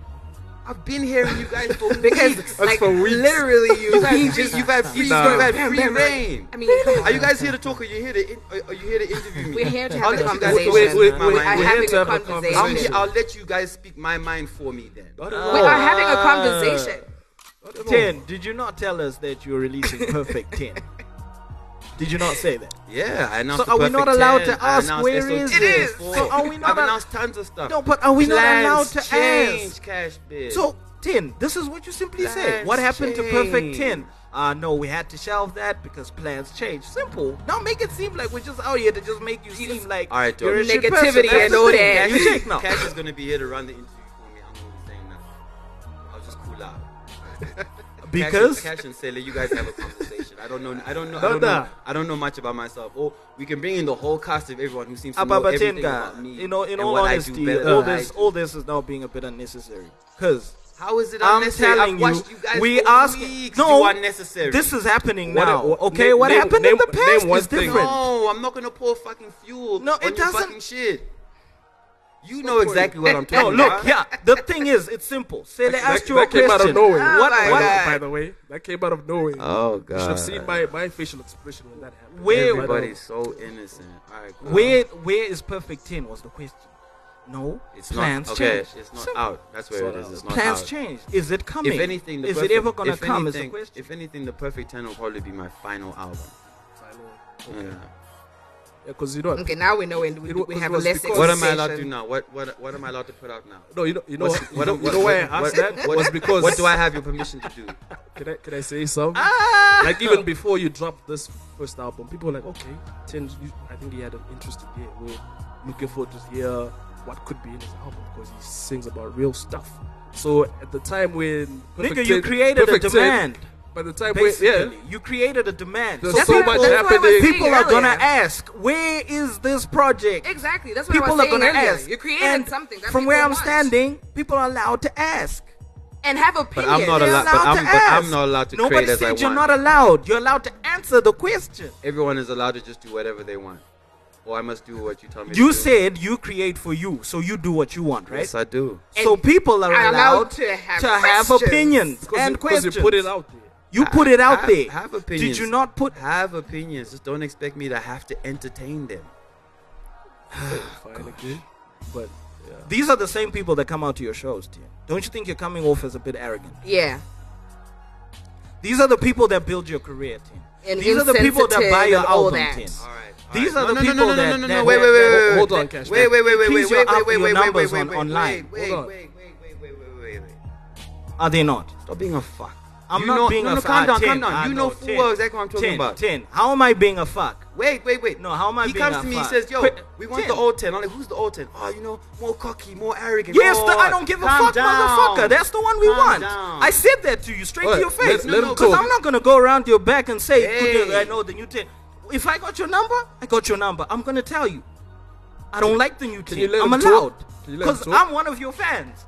I've been hearing you guys for because like literally you He guys just- you've had free, Nah. you've had Bam, free bam, bam. reign. I mean, come on. are you guys here to talk? Or you here to in, are- are you here to interview me? We're here to have a I'll let you guys conversation. speak We're- my we're- mind. I'm We're here having to a have a conversation. I'll, conversation. I'll let you guys speak my mind for me then. We are having uh, a conversation. Uh, Ten, did you not tell us that you're releasing Perfect Ten? Did you not say that? Yeah, I announced. So are the we not perfect allowed 10. to I ask announced where SO2 is it? before. So are we not I've al- announced tons of stuff. No, but are we not Plans allowed to change, ask? Cash biz. So, 10, this is what you simply said. Plans What happened to Perfect change. 10? Uh, no, we had to shelve that because plans change. Simple. Don't make it seem like we're just out here to just make you seem like All right, you're a Dory. shit person. That's the thing. You check now. Ah, Cash is gonna be here to run the interview for me. I'm gonna be saying nothing. I'll just cool out. Because- Cash, Cash and Sailor, you guys have a conversation. I don't know. I don't know. I No, don't nah. know. I don't know much about myself. Or we can bring in the whole cast of everyone who seems to know Ababa everything Tenga, about me. you know, in and all what I do honesty, better all than I this, do. all this is now being a bit unnecessary. Cause How is it I'm unnecessary? telling I've you, watched you guys we for ask. weeks No, do unnecessary. This is happening What- now. what- okay, name- what name- happened in name- the past name one is thing. different. No, I'm not gonna pour fucking fuel. No, on it your doesn't- Fucking shit. You know exactly what I'm No, talking look, about. yeah. The thing is, it's simple. Say they That- that- asked you a that came out question. Ah, of nowhere. What? by, what- the- by the way, that came out of nowhere. Oh, You should God. have seen my, my facial expression when that happened. Where- Everybody's so innocent. All right, cool. Where where is perfect ten was the question. No, It's not- plans okay, change. it's not Simple. out. That's where it is. It's not plans out. change. Is it coming? If anything, the is perfect, it ever gonna if come? Anything, is the question. If anything, the perfect ten will probably be my final album. Okay. Yeah. Because you know. what? Okay, now we know and we- It wa- we it have was less because- What am I allowed to do now? What what what am I allowed to put out now? No, you know, you know, What's- what, you know, you know why I asked what- that what- was because what do I have your permission to do? Ah! Can I can I say something? Like even before you dropped this first album, people were like, okay, Tim, you, I think he had an interesting year. We're looking forward to hear what could be in his album because he sings about real stuff. So at the time when Perfect Nigga, you Ten- created a Perfect Ten- demand. by the time Basically, where, yeah, you created a demand. There's That's so what I- much that's what I was happening. saying People are gonna earlier. ask, where is this project? Exactly. That's what People I was are saying gonna earlier. ask. You created And something that from where people I'm want. standing, people are allowed to ask. and have But opinions. I'm not allowed. But allowed I'm, to but I'm ask. not allowed to Nobody create as said I you're want. not allowed. You're allowed to answer the question. Everyone is allowed to just do whatever they want. Or I must do what you tell me. to You do. said you create for you, so you do what you want, right? Yes, I do. So people are allowed allowed, to have questions. opinions Because and you- because you questions. put it out there. You put it out have, there. Have Did opinions. you not put? Have opinions. Just don't expect me to have to entertain them. fine, okay, but yeah. These are the same people that come out to your shows, Tim. Don't you think you're coming off as a bit arrogant? Yeah. These are the people that build your career, Tim. And These are the people that insensitive buy your and all album, that. Tim. All These No, are the no, no, people no, no, that no, no, no, that- wait, wait, wait, that- wait, hold wait, on, wait, Cash. wait, wait, wait, wait, Increase wait, your wait, up- wait, your wait, wait, numbers wait, on- wait, online. wait, Hold on. wait, wait, wait, wait, wait, wait, wait. Are they not? Stop being a fuck. I'm You not know- being no, a no, fuck. calm down, Ten, calm down. I You know know, full ten. well exactly what I'm talking Ten, about. Ten. How am I being a fuck? Wait, wait, wait. No, how am I He being comes a to me, he fuck? says, "Yo, Quick, we want ten. the old ten. I'm like, "Who's the old ten? Oh, you know, more cocky, more arrogant." Yes, more the, I don't give a Calm fuck, down. motherfucker. That's the one we Calm want. down. I said that to you straight Alright, to your face. let- let him Because talk. I'm not gonna go around your back and say, Hey. "Kudu, I know the new ten. If I got your number, I got your number. I'm gonna tell you. I don't like the new Can ten. you let I'm him talk? allowed. Can you let him Because talk? I'm one of your fans.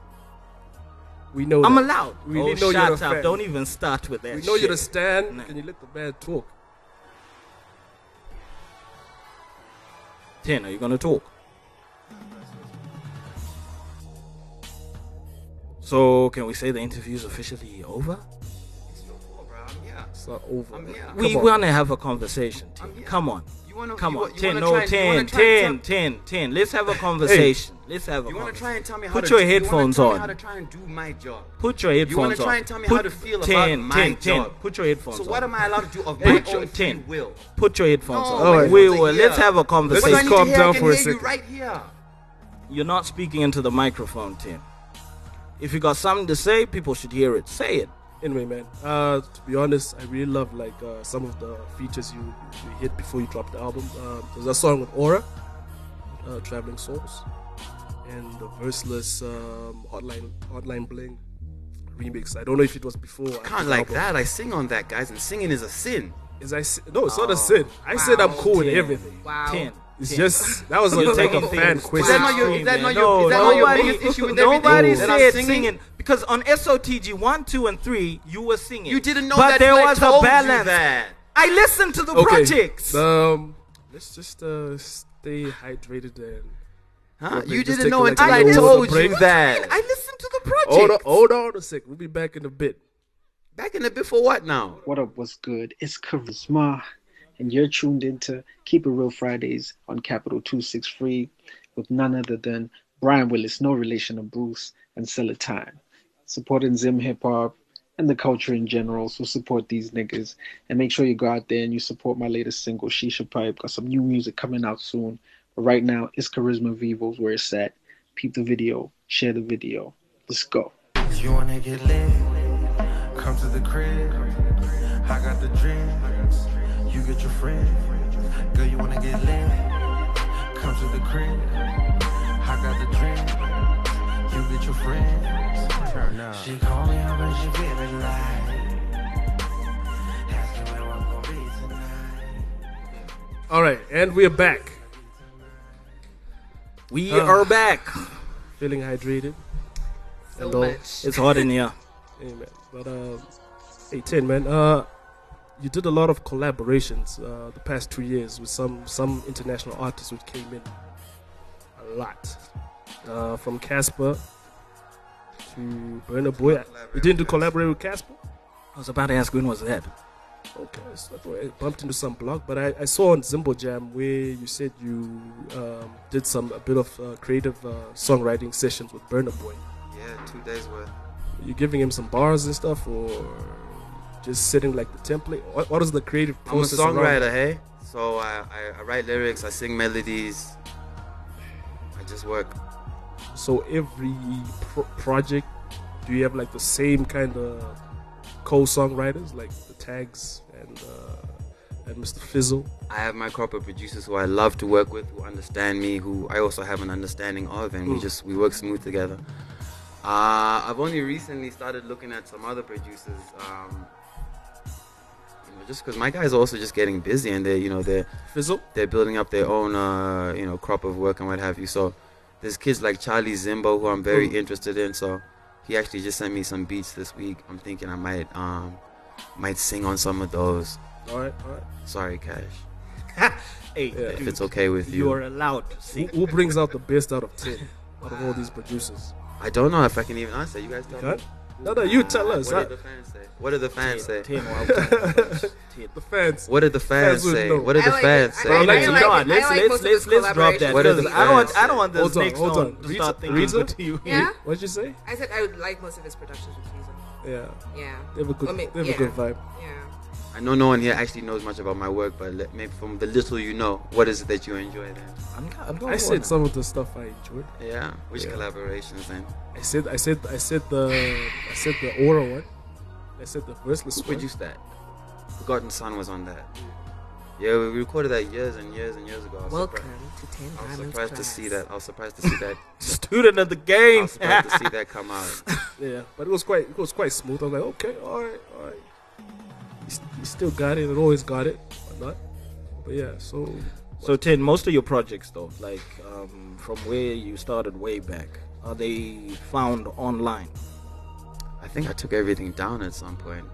we know I'm that. allowed. We oh, we know shut you're up. the fan. Don't even start with that. We know you're the shit. stand. Can you let the man talk? ten. Are you gonna talk? So can we say the interview is officially over? It's not over. man. Come We on. wanna have a conversation. T. Come on. You wanna, Come you, on. You 10, wanna no, try, you wanna 10, try and 10, 10, 10. Let's have a conversation. Let's have a You want to conversation. try and tell me how Put to your do- you wanna headphones tell me on. how to try and do my job. Put your You wanna headphones try on. and tell me Put how to feel about 10, my 10, 10. job. Put your headphones So on. what am I allowed to do of my Put your own free 10. will? Put your headphones No, on. All right. Wait, headphones wait, in let's here. have a Let's conversation. just calm down for a second. Right here. You're not speaking into the microphone, Tim. If you got something to say, people should hear it. Say it. Anyway, man. Uh, to be honest, I really love like uh, some of the features you, you hit before you drop the album. Um, there's a song with Aura, uh, Traveling Souls, and the verseless um, Hotline Hotline Bling remix. I don't know if it was before. I Can't like that. I sing on that, guys, and singing is a sin. Oh, Is I no, it's not a sin. I said I'm cool with everything. Wow. Ten. It's Ten. just that was a You're a taking fan things question. Is that not your- is that not your- is that not your biggest issue with everything? Nobody That I'm said singing? singing? because on SOTG one, two, and three, you were singing. You didn't know but that there till I was told a you balance. that. I listened to the Okay, projects. Um, let's just uh, stay hydrated and. Huh? Okay, you just didn't take know like a until I little bit of a told you break. that. I listened to the Hold on, hold on a sec. We'll be back in a bit. Back in the bit for what now? What up, what's good? It's Charisma, and you're tuned into Keep It Real Fridays on Capital 263 with none other than Brian Willis, no relation to Bruce, and Sella Time. Supporting Zim hip hop and the culture in general, so support these niggas. And make sure you go out there and you support my latest single, Shisha Pipe. Got some new music coming out soon. But right now, it's Charisma Vivos where it's at. Peep the video, share the video. Let's go. You wanna get lit? Come to the crib. I got the dream. You get your friend. Girl, you wanna get lit? Come to the crib. I got the dream. You get your friend. She call me up and she give it life. Asking where I'm gonna be tonight. All right, and we're back. Ah. We are back. Feeling hydrated. So And all. much. It's hot in here. Amen. But uh, hey, ten man, uh, you did a lot of collaborations uh, the past two years with some some international artists which came in a lot, uh, from Casper to Burner Boy. You didn't do collaborate with Casper. I was about to ask when was that? Okay, so I thought I bumped into some blog, but I, I saw on Zimbo Jam where you said you um, did some a bit of uh, creative uh, songwriting sessions with Burner Boy. Yeah, two days worth. You giving him some bars and stuff, or just sitting like the template? What, what is the creative I'm a process? around songwriter, it? hey? So I, I, I write lyrics, I sing melodies. I just work. So every pro- project, do you have like the same kind of co-songwriters, like the tags and uh, and Mr. Fizzle? I have my crop of producers who I love to work with, who understand me, who I also have an understanding of, and we Mm. just we work smooth together. Uh, I've only recently started looking at some other producers, um, you know, just because my guys are also just getting busy and they, you know, they're Fizzle? they're building up their own, uh, you know, crop of work and what have you. So there's kids like Charlie Zimbo who I'm very Mm. interested in. So he actually just sent me some beats this week. I'm thinking I might um, might sing on some of those. All right, all right. Sorry, Cash. Hey, If it's okay with you. You're allowed to Who, sing. who brings out the best out of ten out of all these producers? I don't know if I can even answer. You guys tell Cut. me. No, no, you tell us. What I- did the fans say? What did the fans say? Tim, Tim, Tim, The fans. What did the fans would say? know. What did the fans say? Bro, let's not. Let's let's let's let's drop that. What did the 'cause I don't want fans I don't want the Hold on, snakes hold on. to start Rita, thinking Rita? good to you. Yeah? What'd you say? I said I would like most of his productions with Hazel. Yeah. Yeah. They have a good- I mean, they have a yeah. good vibe. Yeah. I know no one here actually knows much about my work, but let, maybe from the little you know, what is it that you enjoy then? I'm, I said some of the stuff I enjoyed. Yeah. Which collaborations then? I said I said I said the I said the aura one. I said the verseless Who one. produced that? Forgotten Son was on that. Yeah, we recorded that years and years and years ago. I was Welcome surprised- to Ten I was Diamonds surprised to Class. see that. I was surprised to see that. Student of the game. I was surprised to see that come out. Yeah, but it was quite it was quite smooth. I was like, okay, all right, all right. You, s- you still got it. It always got it. Whatnot. But yeah, so So Tin, most of your projects though, like um, from where you started way back, are they found online? I think I took everything down at some point.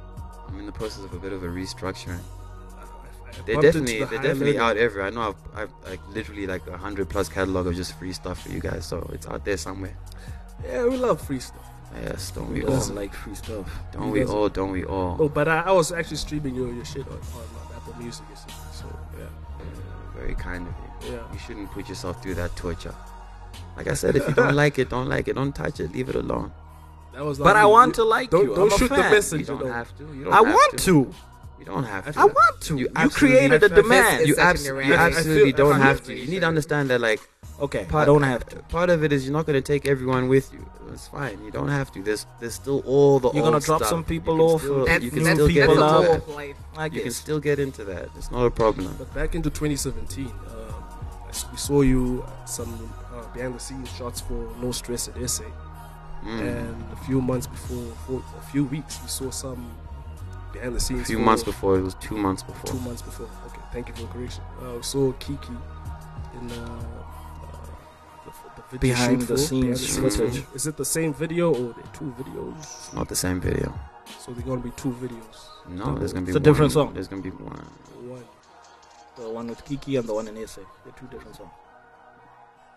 I'm in the process of a bit of a restructuring. They're Uh, bumped into definitely the they're higher definitely level. out everywhere. I know I've, I've like literally like a hundred plus catalog of just free stuff for you guys, so it's out there somewhere. yeah, we love free stuff. Yes, don't we Who all doesn't? like free stuff? Who Don't we doesn't? all? Don't we all? Oh, but I, I was actually streaming your, your shit on, on Apple Music. and stuff, So yeah, Very kind of you. Yeah. You shouldn't put yourself through that torture. Like I said, if you don't like it, don't like it. Don't touch it. Leave it alone. that was. But I want to like don't, you. Don't I'm a shoot fan. the message. You don't know. have to. You don't I have want to. You don't have to. I want to. You, absolutely- created a demand. You, abs- you I- I absolutely feel- don't I have feel- to. You need to understand that, like, Okay, I don't have to. Part of it is you're not going to take everyone with you. It's fine. You don't have to. There's there's still all the. You're gonna old drop stuff. some people you can off, Still, that's- uh, you can that's- still get that's into a law that. of life, I You can guess. still get into that. It's not a problem. But back into 2017, um, as we saw you uh, some uh, behind the scenes shots for No Stress and Essay, Mm. and a few months before, for a few weeks, we saw some behind the scenes. A few for- months before. It was two months before. Two months before. Okay, thank you for the correction. Uh, we saw Kiki in uh, uh, the, the video Behind shoot the for- scenes behind the footage. footage. Is it the same video or the two videos? Mm-hmm. Not the same video. So they're gonna be two videos. No, there's gonna be It's a different one- song. There's gonna be one. One. The one with Kiki and the one in Essay. They're two different songs.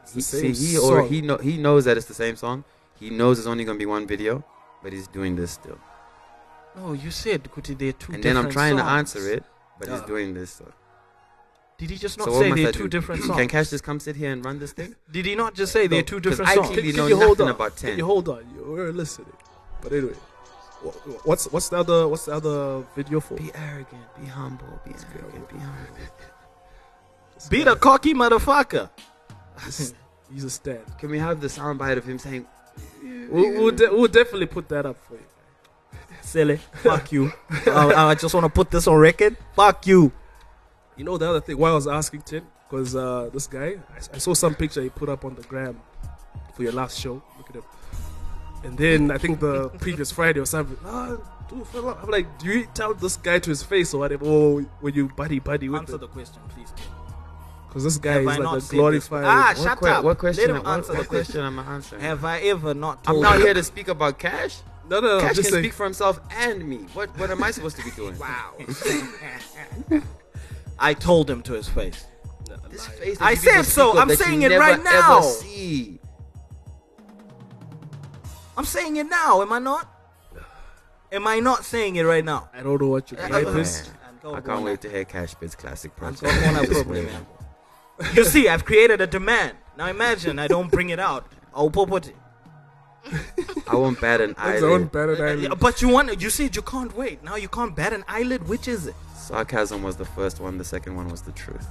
It's He, the see, same he or song. he know he knows that it's the same song. He knows there's only gonna be one video, but he's doing this still. No, you said Kuti, they're two. and then I'm different trying to songs. answer it, but he's Yeah. doing this. So. Did he just not So what say must they're I two do? different Can songs? Cash just come sit here and run this thing? Did he not just say they're two 'cause different I songs? clearly Can know you hold nothing on? about Can ten. you hold on? You- We're listening. But anyway, wh- what's what's the other what's the other video for? Be arrogant, be humble, be arrogant, be humble. Beat a cocky motherfucker. He's a stan. Can we have the soundbite of him saying, We'll, we'll, de- we'll definitely put that up for you. Silly. Fuck you. I, I just want to put this on record. Fuck you. You know the other thing. Why I was asking Tim because uh, this guy, I, I saw some picture he put up on the gram for your last show. Look at him. And then I think the previous Friday or something. Ah, dude, fell out." I'm like, do you tell this guy to his face or whatever? Or were you buddy buddy with Answer the question, please. Because this guy Have I is not like a said this? glorified. Ah, What shut que- up. what question- Let him what- answer the what question question. am I answering? Have I ever not "I'm told not you? here to speak about Cash"? No, no, no, Cash can just saying. speak for himself and me. What what am I supposed to be doing? wow. I told him to his face. This face that I you people said so. speak of I'm that you saying it never, right ever now. see. I'm saying it now. Am I not? Am I not saying it right now? I don't know what you're I- I- doing. This. I can't wait to hear Cash Bit's classic project. got one Just problem, wait. man. You see, I've created a demand. Now imagine I don't bring it out. I'll put it. I won't bat an That's the one eyelid. better than Yeah, Uh, But you want you said you can't wait. Now you can't bat an eyelid, which is it? Sarcasm was the first one. The second one was the truth.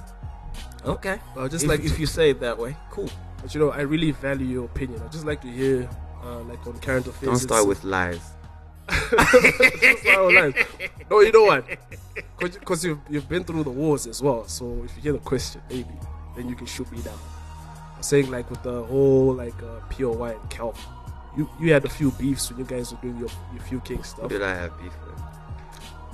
Okay. Well, just if, like- if you say it that way, cool. But you know, I really value your opinion. I just like to hear, uh, like on current affairs. Don't start it's- with lies. That's why I was like, No, you know what? Because you've, you've been through the wars as well. So if you hear the question, maybe then you can shoot me down. I'm saying like with the whole like uh, POY and Kelp, you you had a few beefs when you guys were doing your your few king Who stuff. did I have beef with?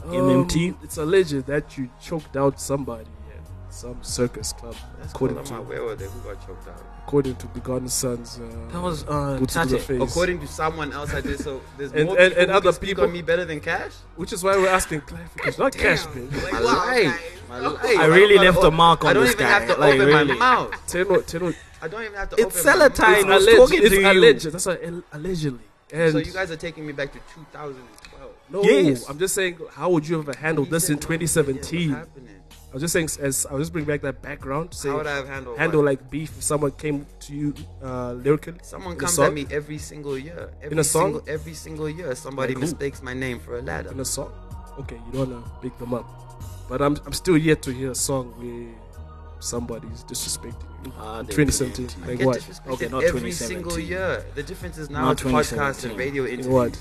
Um, MMT. It's alleged that you choked out somebody at some circus club. That's cool. according I'm to aware of it. Who got choked out? according to Begotten Sons. Uh, That was, uh, Boots to the Tate. Face. According to someone else, I did. So there's And- more and- people and who other can speak people- on me better than Cash. Which is why we're asking clarification. Not cash, man. My life. My life. I really don't left gotta a mark o- on I don't this even guy, have to like, open my really. mouth. Tell what, tell what. I don't even have to. It's open my mouth. Celatine It's was alleged. talking it's to you. alleged. That's why al- allegedly. And So you guys are taking me back to 2012. no, Yes. I'm just saying, how would you have handled this in 2017? I happening? was just saying, as I was just bring back that background. Say, How would I have handled handle what? like beef if someone came to you uh, lyrically? Someone in a comes song? at me every single year. Every a song? Single, every single year, somebody Like who? mistakes my name for a ladder. in a song. Okay, you don't wanna pick them up, but I'm I'm still yet to hear a song where somebody's disrespecting you. Ah, In they 2017, didn't. I like get what? disrespected Okay, not every single 2017. year. The difference is now Not it's podcasts 2017. and radio In interviews. what?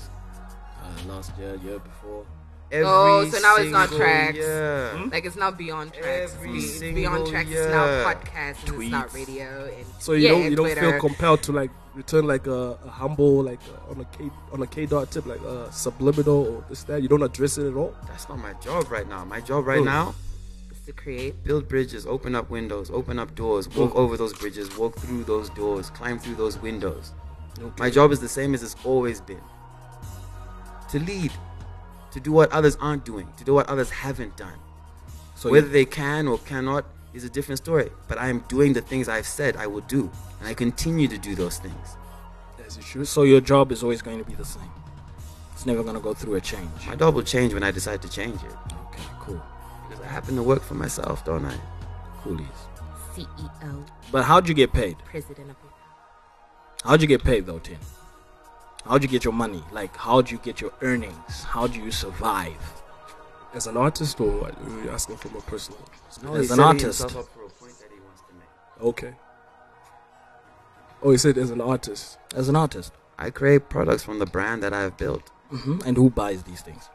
Uh, last year, year before. Every oh, so now it's not single tracks. year. Hmm? Like it's not beyond tracks. Every It's single beyond tracks. It's now year. podcasts. And it's not Tweets. radio. And So you yeah, don't and you don't Twitter. uh, feel compelled to like return like a, a humble like uh, on a K on a K dot tip like uh, subliminal or this that you don't address it at all. That's not my job right now. My job right Mm. now is to create. Build bridges, open up windows, open up doors, walk over those bridges, walk through those doors, climb through those windows. My job is the same as it's always been to lead, to do what others aren't doing, to do what others haven't done. So Whether you- they can or cannot is a different story, but I am doing the things I've said I will do, and I continue to do those things. franchise issue, so your job is always going to be the same. It's never going to go through a change. My job will change when I decide to change it. Okay, cool. Because I happen to work for myself, don't I? Coolies. E CEO, But how'd you get paid? president of How'd you get paid though, Tim? How'd you get your money? Like, how'd you get your earnings? How do you survive? As an artist, or what? Are you asking from a personal? No, As he's an setting artist. himself up Okay. Oh, he said as an artist. As an artist. I create products from the brand that I have built. hmm And who buys these things?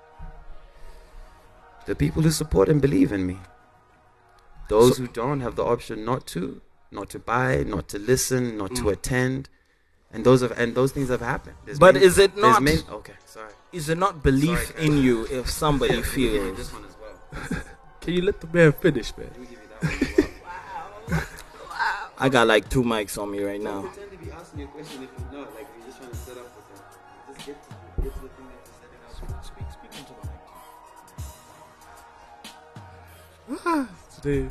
The people who support and believe in me. Those who don't have the option not to, not to buy, not to listen, not Mm. to attend, and those have and those things have happened. There's but many- is it there's not? many- okay, sorry. Is it not belief Sorry, guys. in you if somebody Yeah, we can get feels? this one as well. Can you let the man finish, man? I got like two mics on me right now. pretend to be asking you a question if you know, like you're just trying to set up with them. Just get to, get to the thing that you're setting up. Speak, speak, speak into the mic. Today,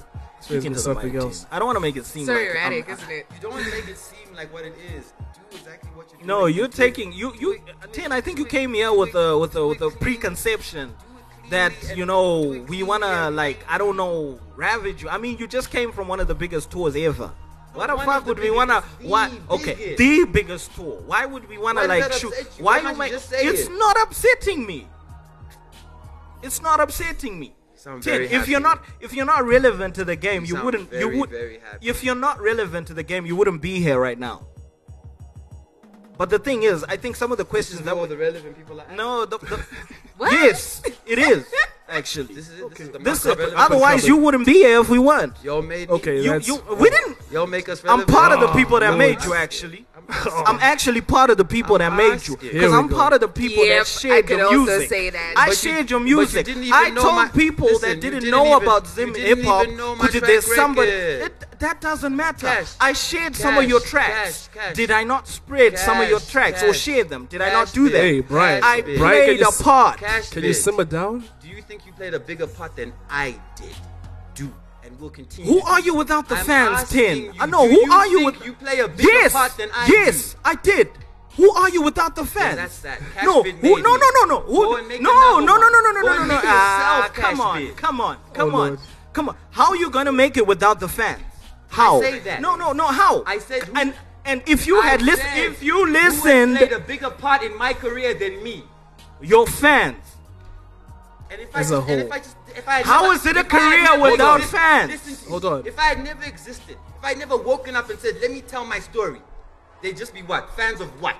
today Speaking to is the something mic, else. Tim. I don't want to make it seem So like erratic, I'm- isn't it? You don't want to make it seem like what it is. Do exactly what you're doing. No, you're taking you you ten. I think you came here with a with a with a preconception that you know we wanna like I don't know ravage you. I mean, you just came from one of the biggest tours ever. Why the One fuck of the would we biggest, wanna? the Why? Okay, biggest. the biggest tour. Why would we wanna Why does like that shoot? upset you? Why Why you can't you make? just say It's it? not upsetting me. It's not upsetting me. sound Ten, very if you're happy. not if you're not relevant to the game, you, sound wouldn't very, you would very happy. if you're not relevant to the game, you wouldn't be here right now. But the thing is, I think some of the questions that were the relevant people are no, the, the yes, it is actually. This is it. This is the This most is, relevant- otherwise you wouldn't be here if we weren't. Y'all made Okay, me. You, that's- you, we didn't. Y'all make us I'm relevant. part of the people that no, made it's- you actually. I'm actually part of the people that made you asking. Oh. because Here I'm we go. part of the people Yep, that shared I could your also music. say that. I But you- shared your but you music. didn't even I know told my- people listen, that you didn't, didn't know even- about you Zim didn't hip hop. even know my Who did track there's somebody? record. It- that doesn't matter. Cash. I shared some of Cash, your tracks. cash, cash. Did I not spread some of your Cash, tracks or cash, share them? Did I cash not do bit. that? Hey, Brian. I Cash bit. Brian, played can a you- part. Cash Can you bit. simmer down? Do you think you played a bigger part than I did? Do and will continue. Who to are do. you without the I'm fans, asking Tin? you, I know. do Who you are you think with? You play a bigger yes, part than I yes, do? I did. Who are you without the fans? that's that. Cash no, Fit who, made no, me. no, no, no. Who, Go and make no, no, no, no, another one. no, no, Go no, no, and no. make Ah, yourself, come Cash on, Fit. come on, come Oh, on, Lord. come on. How are you gonna make it without the fans? How? say that. No, no, no. How? I said who- and and if you I had listened, said, if you who has played listened, a bigger part in my career than me. your fans. And if As I a just, and whole. if I just, if I had How never, is it a if I had career never- without listen- fans? Listen to me. Hold on. If I had never existed, if I had never woken up and said, "Let me tell my story," they'd just be what? Fans of what?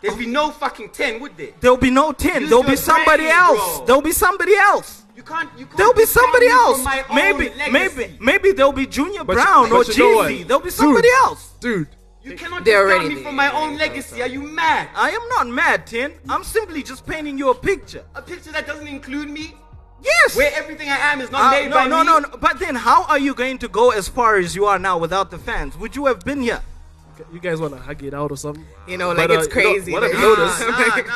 There'd be no fucking ten, would there? There'll be no tin. Use There'll be your somebody brain, else. bro. There'll be somebody else. You can't. You can't. There'll be discount somebody me from else. my own Maybe, maybe, legacy. maybe there'll be Junior But you- Brown or but you know Jeezy. what? There'll be Dude. somebody else. Dude, You cannot They're discount already me from my own legacy. Are you mad? I am not mad, Tin. I'm simply just painting you a picture. A picture that doesn't include me, Yes. where everything I am is Uh, not made no, by no, me. no, no. But then, how are you going to go as far as you are now without the fans? Would you have been here? you guys want to hug it out or something? You know, But, like uh, it's you know, crazy. what I've like- noticed- Nah, nah, nah, nah. What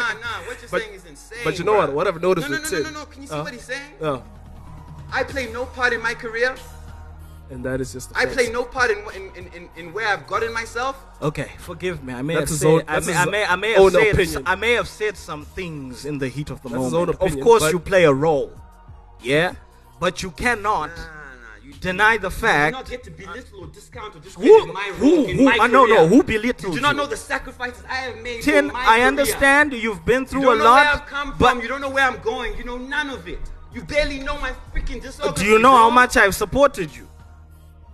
you're But- saying is insane. But you know what? bruh. What I've noticed No, no, with no, no, Tim- no, no. Can you see Uh, what he's saying? Yeah, I play no part in my career. and that is just. The I facts. play no part in, in, in, in, in where I've gotten myself. Okay, forgive me. I may That's have his said. own- I, that's may, his I may. I may own have said. opinion. I may have said some things in the heat of the That's his moment. own opinion, of course, but- you play a role. Yeah, but you cannot you deny the do fact not get to belittle or discount or discredit Who, my who, role in who, my I career. no, no, who You belittled do you? not know the sacrifices I have made. for Tin, my I career. understand you've been You through don't a know lot, where I've come but from. You don't know where I'm going. You know none of it. You barely know my freaking discography. do you know how bro. much I've supported you?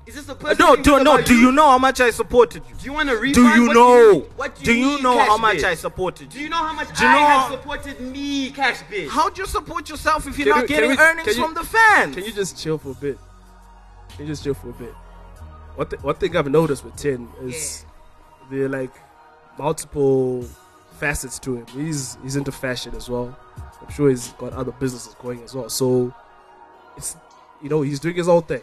Is this a Uh, person? No, thing do, about no, do you know how much I supported you? Do you want to refund? Do you What know? what Do you mean, know how Cash much Biz? I supported Do you? you know how much Do you I know have how- supported me, Cash Biz? How'd you support yourself if you're Can not you- can getting we- earnings can you- from the fans? Can you just chill for a bit? Can you just chill for a bit? One, thi- one thing I've noticed with Tin is there are like multiple facets to him. He's he's into fashion as well. I'm sure he's got other businesses going as well. So it's you know he's doing his own thing.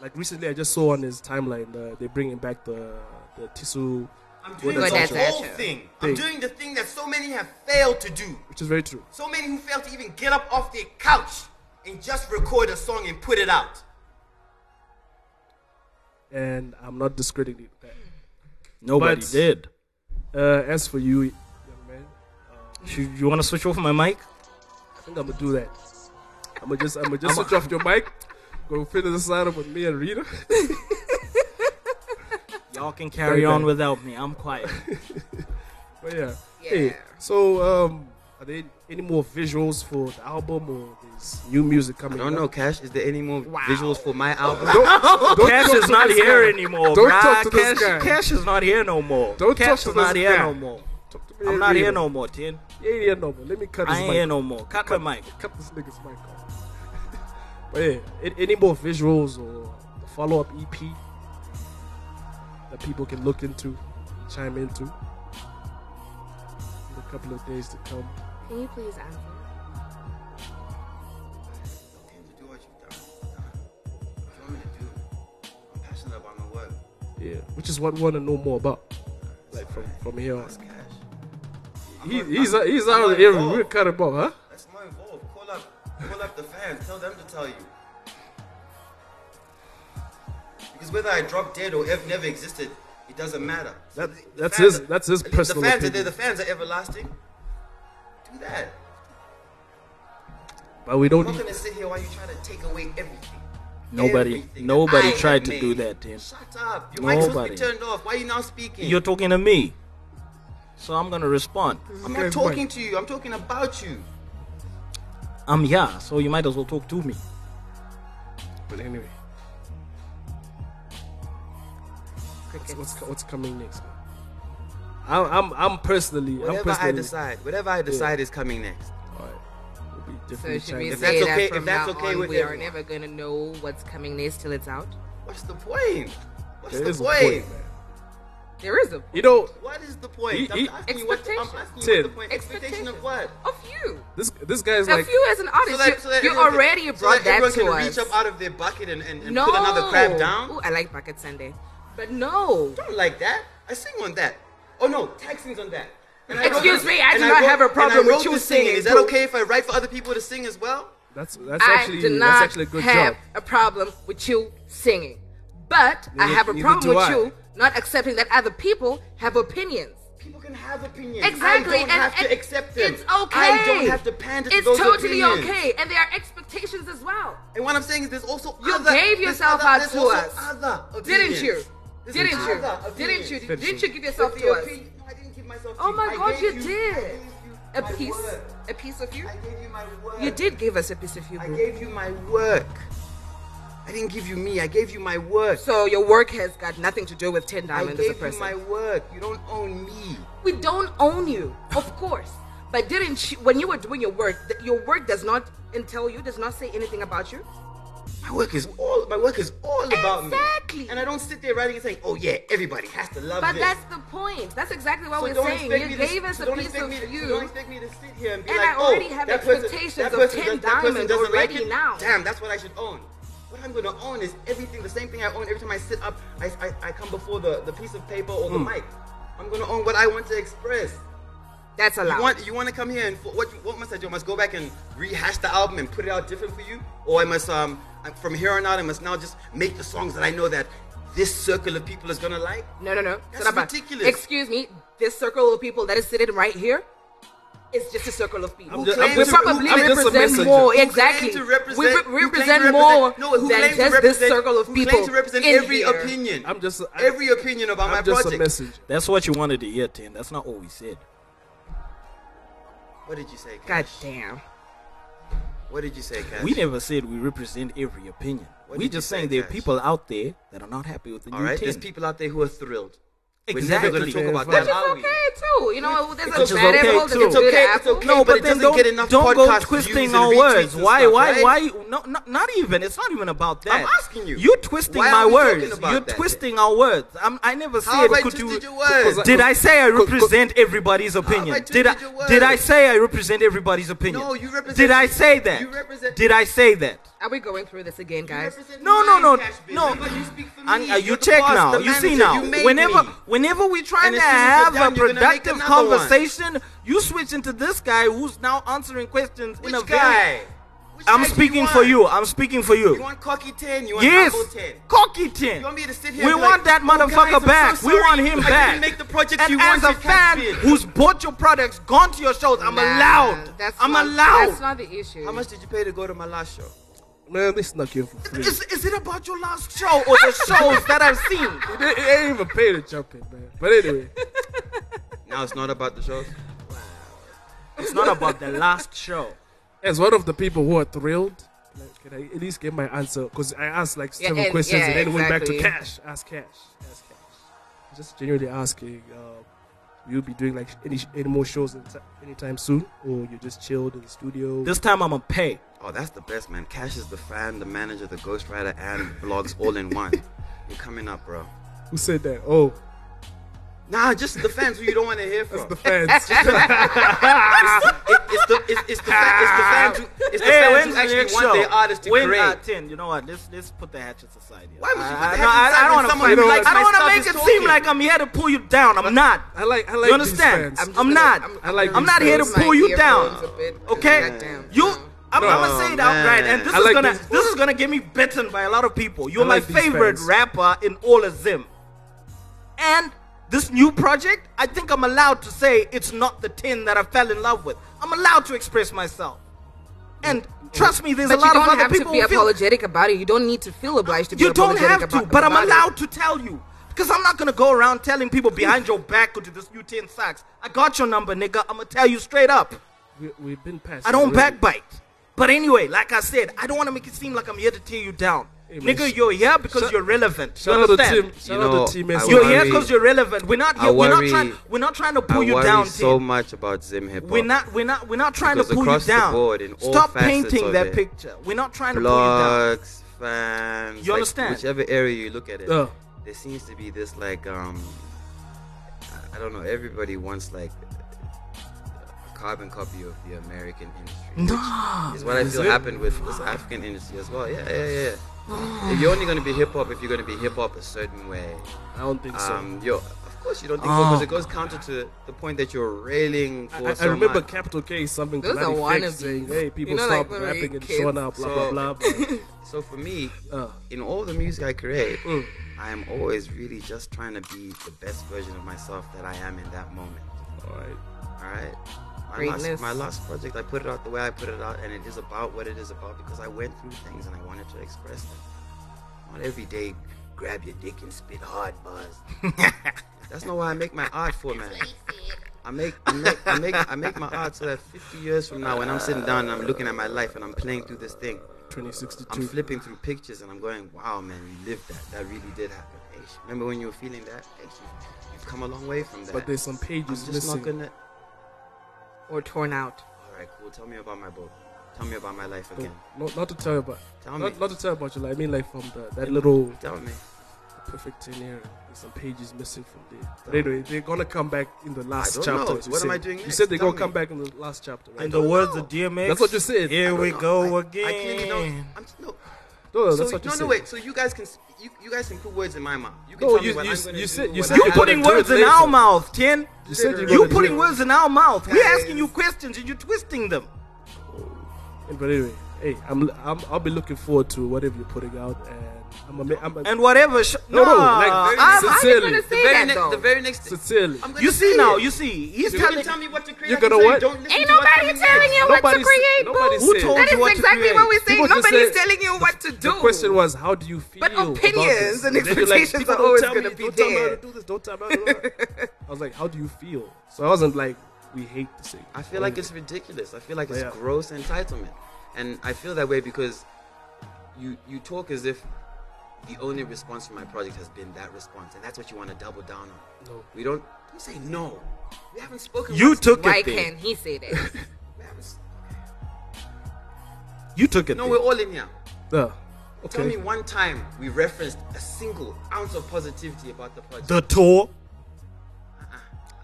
Like recently, I just saw on his timeline uh, they're bringing back the the tissue, I'm Well, doing that's the whole actual. thing. Thing. I'm doing the thing that so many have failed to do. which is very true. So many who fail to even get up off their couch and just record a song and put it out. And I'm not discrediting that. Nobody But- did. Uh, as for you, young man, uh, Should, you want to switch off my mic? I think I'm gonna do that. I'm gonna just, I'm gonna just switch off your mic. Go finish this lineup with me and Rita. Y'all can carry on without me. I'm quiet. But yeah. Hey, so um, are there any more visuals for the album or there's new music I coming? don't up? know, Cash. Is there any more visuals for my album? Don't- don't Cash talk is to not this here guy. anymore. Don't bruh. talk to this Cash, guy. Cash is not here no more. Don't Cash talk to is not this here guy. no more. me I'm not later. here no more, Tin. You ain't here no more. Let me cut I his ain't mic. here no more. Cut my mic. Cut this nigga's mic off. But yeah, Eh, a- any more visuals or the follow up EP that people can look into, chime into in a couple of days to come? Can you please answer? Yeah, which is what we want to know more about. Like from, from here on. He, he's he's out of the area. oh. We'll cut him off, huh? That's my involved. Call up, call up the fans. Tell them to tell you. Because whether I drop dead or ever never existed, it doesn't matter. That, The that's fans his are- that's his the personal fans Are, opinion. there, the fans are everlasting. Do that. But we don't e- I'm not need gonna sit here while you trying to take away everything. Nobody, Everything that I nobody have tried to made. do that, Tin. Shut up. Your mic's supposed to be Nobody. turned off. Why are you now speaking? You're talking to me, so I'm gonna respond. I'm not talking to you. I'm talking about you. I'm here, so you might as well talk to me. But anyway, what's what's, co- what's coming next? Man? I'm I'm, I'm personally I'm Whatever personally, I decide, whatever I decide is coming next. We'll be So definitely should we checking- say that from now on, we are never gonna know what's coming next till it's out? What's the point? What's There the is a point? point, There is a You know, What is the point? He- I'm he- asking you what the, I'm asking you Tim. what the point. Expectation of what? Of you. this this guy's Now, like if you as an artist, you- you everyone can- already brought so that, everyone that can to us. reach up out of their bucket and, and, and no. put another crab down. Ooh, I like bucket Sunday, but no. Don't like that. I sing on that. Oh no, tag sings on that. And I Excuse wrote- me, I do and not wrote- have a and I problem wrote with you the singing. singing. Is that too. okay if I write for other people to sing as well? That's that's I actually do not that's actually a good have job. a problem with you singing, but I Neither- have a neither problem do with I. you not accepting that other people have opinions. People can have opinions. Exactly, I don't and- have and to accept them. It's okay. I don't have to pander to It's those totally opinions. okay, and there are expectations as well. And what I'm saying is, there's also You other- gave there's yourself other- out there's to also us. Other Didn't you? opinions. There's Didn't you? other Didn't you? opinions. Didn't you give yourself With to the us? opinion- no, I didn't give myself Oh to my I God, you gave did. I A gave you my piece, word. a piece of you. I gave you my word. You did give us a piece of you. I bro. gave you my work. I didn't give you me. I gave you my work. So your work has got nothing to do with Ten I Diamond as a gave you person. my work. You don't own me. We don't own you, of course. But didn't you, when you were doing your work, th- your work does not entail you, does not say anything about you. My work is all. My work is all about me. Exactly. And I don't sit there writing and saying, "Oh yeah, everybody has to love But this." that's the point. That's exactly what So we're don't saying. expect You me to- gave us so a don't piece expect of me to- so you. don't expect me to sit here and be And like, I already oh, have that person- expectations that of person 10 does- that person diamonds doesn't like already it. now." Damn, that's what I should own. What I'm gonna own is everything, the same thing I own every time I sit up, I, I, I come before the, the piece of paper or the Mm. mic. I'm gonna own what I want to express. That's allowed. You want, you want to come here and for, what, what must I do? I must go back and rehash the album and put it out different for you? Or I must, um, I- from here on out, I must now just make the songs that I know that this circle of people is gonna like? No, no, no. That's Stop it. ridiculous. Excuse me. This circle of people that is sitting right here is just a circle of people. Who just- we claims to- probably who- I'm just a represent messenger. more. Who Exactly. claims to we re- represent- who claims to represent represent- more no, who than claims to just this represent- circle of who people. claims to represent in every here. opinion. I'm just every opinion about my I'm just project. a message. That's what you wanted to hear, Tin. That's not what we said. What did you say? Cash? God damn. What did you say, Cash? We never said we represent every opinion. What we did you just say, saying there are Cash? people out there that are not happy with the All new right, Tin. there's people out there who are thrilled. We're never Exactly. going to talk about Which that, is are we? Okay, too. You know, there's Which a is bad okay, apple. There's too. a It's good okay, it's apple. okay, No, but but it then doesn't don't- get enough Don't podcast go views twisting and our retweets words. and Why? stuff, why? right? Why? No, no, not even. It's not even about that. I'm asking you. You're twisting Why my are we talking words. about You're that then? twisting our words. I'm, I never How said. have I could you? twisted your words? Did I say I represent everybody's opinion? Did I? twisted your Did I words? say I represent everybody's opinion? No, you represent- Did I say that? you represent- Did I say that? Are we going through this again, guys? No, no, no, no. But you speak for me. And uh, you You're the check boss, now. the You see manager. now. You made whenever, me. whenever we're trying And to as soon as you're have done, a you're gonna make productive another one. conversation, you switch into this guy who's now answering questions in a Which guy? very Which I'm side do speaking want? for you. I'm speaking for you. You want cocky ten? You want Yes, humble ten? cocky tin. You want me to sit here? We and be like, want that "Oh, guys, motherfucker I'm so back. we sorry. want him I back. Didn't make the project and you as wanted, a fan Caspian." who's bought your products, gone to your shows, I'm allowed. That's I'm not, allowed. That's not the issue. How much did you pay to go to my last show? Man, they snuck in for free. Is, is it about your last show or the shows that I've seen? They, they ain't even paid to jump in, man. But anyway, Now it's not about the shows. It's not about the last show. as one of the people who are thrilled, like, can I at least get my answer? Because I asked like Yeah, several and- questions yeah, and then went back to exactly. cash. Ask cash. Ask cash. Just genuinely asking, uh, will you be doing like any any more shows in- anytime soon, or you just chilled in the studio? This time I'm gonna pay. Oh, that's the best, man. Cash is the fan, the manager, the ghostwriter, and blogs all in one. You're coming up, bro. Who said that? Oh, Nah, just the fans who you don't want to hear from. the fans. it's the it's, it's the fa- it's the fans who it's the Ah. Hey, fans when's who the actually next want show? their artists to When, create. uh, Tin, you know what? Let's let's put the hatchets aside. Here. Why would you put I- the I- no, I- hatchets aside I don't when wanna someone fight. who likes I don't my want to stuff make is it talking? seem like I'm here to pull you down. I'm not. I like I like You these understand? fans. I'm, not. I'm, I like these not here to fans. pull you down. It's a bit- Okay, like, damn. you. I'm, No, I'm gonna say it outright, man. and this I is like gonna these- this is gonna get me bitten by a lot of people. You're I like my these favorite fans. rapper in all of Zim, and this new project, I think I'm allowed to say it's not the tin that I fell in love with. I'm allowed to express myself, and Mm. trust me, there's But a you lot don't of other have to people be who feel apologetic about it. You don't need to feel obliged to be you don't apologetic have to, about- but I'm about it. allowed to tell you. Because I'm not going to go around telling people behind your back, go to this new 10 sacks. I got your number, nigga. I'm going to tell you straight up. We, we've been past. I don't that already. backbite. But anyway, like I said, I don't want to make it seem like I'm here to tear you down. Hey, man, nigga, sh- you're here because shout- you're relevant. You Shout out to understand? team. Shout out to You team. know, I SC. You're worry- here because you're relevant. We're not I here. We're not worry- trying. We're not trying to I pull you worry down. so Tim. much about Zim hip hop. We're not. We're not. We're not trying Because to pull you across the down. board in all Stop facets painting of that it. picture. We're not trying to pull you down. blogs, fans. You like, understand? Whichever area you look at it, Yeah. there seems to be this like um, I- I don't know. Everybody wants like a carbon copy of the American industry. Nah. Is what I feel it? happened with this African industry as well. Yeah, yeah, yeah. If you're only gonna be hip hop, if you're gonna be hip hop a certain way, I don't think so. um, yo, of course you don't think Oh. so because it goes counter to the point that you're railing I, for. I- I so remember much. Capital K something to Those that are effect wannabes. saying, "Hey, people know, like, stop when we were rapping and kids. showing out, blah So- blah blah." blah. So for me, Uh. Mm. in all the music I create, I am always really just trying to be the best version of myself that I am in that moment. All right. All right. My Greatness. last, my last project, I put it out the way I put it out, and it is about what it is about because I went through things and I wanted to express them. Not every day, grab your dick and spit hard buzz. That's not why I make my art for, man. I make, I make, I make, I make my art so that 50 years from now, when I'm sitting down and I'm looking at my life and I'm playing through this thing, I'm 2062. flipping through pictures and I'm going, wow, man, you lived that. That really did happen. Hey, sh- remember when you were feeling that? Hey, you- you've come a long way from that. But there's some I'm pages just missing. not gonna. or torn out. All right, cool. Tell me about my book. Tell me about my life No, again. not, not to tell you about. Tell not, me. not to tell you about your life. I mean, like from the, that little Tell me. perfect ten here. There's some pages missing from there. But anyway, they're gonna come back in the last don't chapter. know. as you What am said. I doing You next? said they're Tell gonna come me. back in the last chapter. Right? In the words of DMX, That's what you said. Here we No, go I- again. I clearly don't. I'm just, no. No, no, So that's you- what you no, said. no, wait. So you guys can s- you, you guys can put words in my mouth. You can No, tell you- me what you I'm s- gonna you do, said- you what said I'm You you're gonna putting do it words in later. our mouth, Tin. You said you're You gonna do putting it. words in our mouth. We Guys. asking you questions and you twisting them. Oh. But anyway, hey, I'm, I'm I'll be looking forward to whatever you're putting out, and I'm a, ma- I'm a, And whatever. Sh- No, no, Nah, like, I'm- very I'm- I'm sincerely, gonna The say very, that ne- though. the very next. sincerely. I'm gonna you see say now. it. You see. He's You're telling. gonna tell me what to create. You're I can gonna tell what? You, don't listen Ain't to what nobody comes telling next. you what to Nobody's- create, nobody Who bro. said- told That you what is to exactly create? what we're saying. People just Nobody's said- telling you what to do. The question was, how do you feel? But about opinions this? and Then you're like, expectations "People are don't always tell me, gonna be don't tell me how there." to do this, don't tell me how to do that. I was like, how do you feel? So I wasn't like, we hate the singer. I feel like it's ridiculous. I feel like it's Yeah. gross entitlement, and I feel that way because you you talk as if the only response from my project has been that response, and that's what you want to double down on. No. We don't don't say no. We haven't spoken. You once- took Why it there. can't he say that? we haven't- You took it No, there. we're all in here. Yeah. Tell me Okay. one time we referenced a single ounce of positivity about the project. The tour.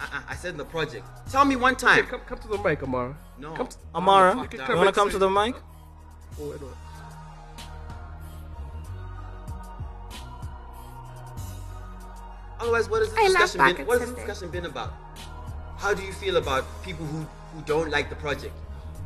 uh-uh, I said the project. Tell me one time. Come, come to the mic, Amara. No. Come to, Amara, You you, can come wanna and come to the mic? oh, wait, wait. Otherwise, what has I this love discussion been? buckets What has this and discussion been about? How do you feel about people who, who don't like the project?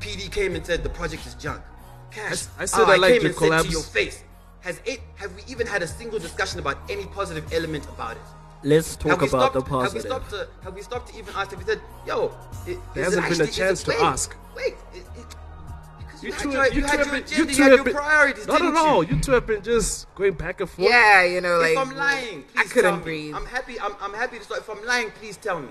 PD came and said the project is junk. Cash, I, I said ah, I like came your and said collabs. to your face. Has it? Have we even had a single discussion about any positive element about it? Let's Have talk we about stopped- the Have we positive. stopped to, have we stopped to even ask if we said, yo, i- is There it hasn't been a actually- is chance it- to wait, ask. Wait, i- i- because you, You had two, your, you you, two had have your been, agenda, you you two had have your been, priorities, not didn't at all. you? You two have been just going back and forth. Yeah, you know, if like I'm lying, please I couldn't tell me. breathe. I'm happy. I'm, I'm happy to start. If I'm lying, please tell me.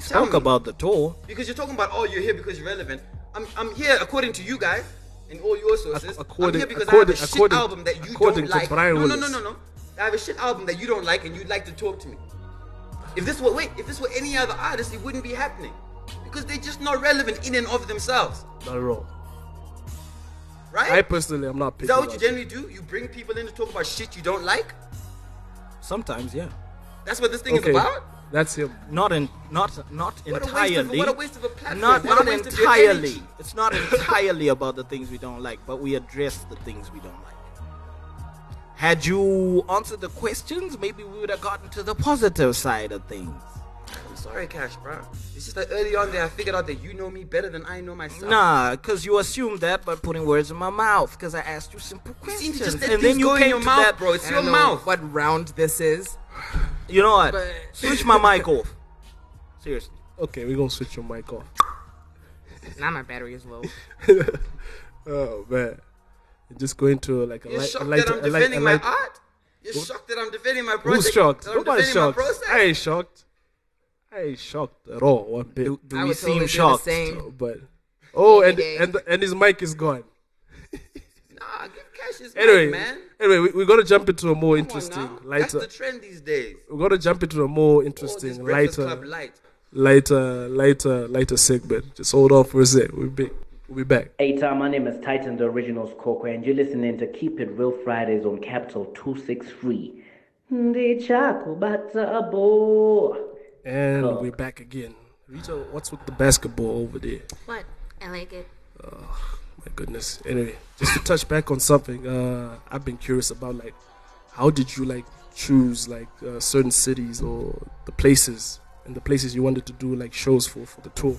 Tell Talk me. about the tour. Because you're talking about, oh, you're here because you're relevant. I'm, I'm here according to you guys and all your sources. according- I'm here because according- I have a shit according- album that you according don't to like. Brian no, no, no, Willis. no, no. I have a shit album that you don't like and you'd like to talk to me. If this were wait, if this were any other artist, it wouldn't be happening. Because they're just not relevant in and of themselves, Not at all. right? I personally, I'm Is not picking. that what you up. generally do? You bring people in to talk about shit you don't like? Sometimes, yeah. That's what this thing Okay. is about? That's him. Not in, not, not What a waste of- entirely. what a waste of a platform. Not, What a not waste of your entirely. energy. It's not entirely about the things we don't like, but we address the things we don't like. Had you answered the questions, maybe we would have gotten to the positive side of things. I'm sorry, Cash, bro. It's just that early on there, I figured out that you know me better than I know myself. Nah, because you assumed that by putting words in my mouth, because I asked you simple You questions. seem to just let and things then you go came in your to mouth, that, bro. It's I your don't know. mouth. what round this is. You know what? But- Switch my mic off. Seriously. Okay, we're gonna switch your mic off. Now my battery is low. Oh man, you're just going to like a You're light, a shocked light, that I'm a light, defending a light. my art? You're shocked that I'm defending my project? Who's shocked? That I'm Nobody's defending my shocked. process? I ain't shocked. I ain't shocked at all. One bit. Do, do I we would totally seem do the shocked? same. But oh, and Any day. and and his mic is gone. Nah, give Cash his Anyway, mic, man. anyway, we, we're gonna jump into a more Come on interesting, now. That's lighter. the trend these days. we're gonna jump into a more All this interesting, Breakfast lighter, Club light. lighter, lighter, lighter segment. Just hold on for a sec. We'll be we'll be back. Hey, Tom, my name is Titan the Originals Coco, and you're listening to Keep It Real Fridays on Capital 263. uh, And we're back again. Rito, what's with the basketball over there? What? I like it. My goodness. Anyway, just to touch back on something, uh, I've been curious about like, how did you like choose like uh, certain cities or the places and the places you wanted to do like shows for for the tour?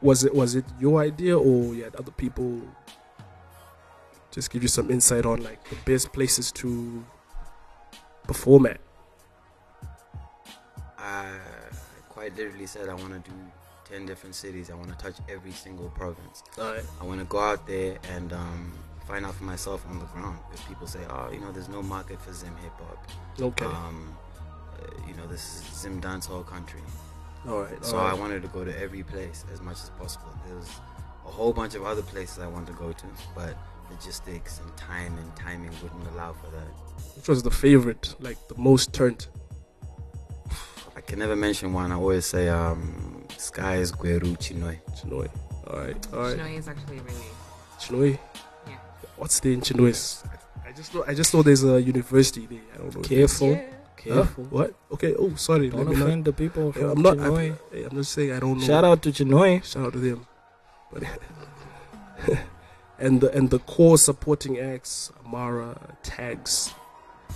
Was it was it your idea or you had other people? Just give you some insight on like the best places to perform at. I quite literally said I want to do 10 different cities. I want to touch every single province. Alright. I want to go out there and um, find out for myself on the ground. Because people say, oh, you know, there's no market for Zim hip hop. Okay. Um, uh, you know, this is Zim dancehall country. Alright, So alright. I wanted to go to every place as much as possible. There's a whole bunch of other places I wanted to go to, but logistics and time and timing wouldn't allow for that. Which was the favorite, like the most turned? I can never mention one. I always say, um, Sky is Gueru Chinoy. Chinoy. All right. All right. Chinoy is actually a really Chinoy. Yeah. What's the in Chinoy? I just know. I just know there's a university there. I don't know. Careful. Huh? Careful. What? Okay. Oh, sorry. Don't let me not- offend the people Yeah, from I'm not. Chinoy. I'm, hey, I'm just saying. I don't know. Shout out to Chinoy. Shout out to them. But and the and the core supporting acts, Amara, Tags,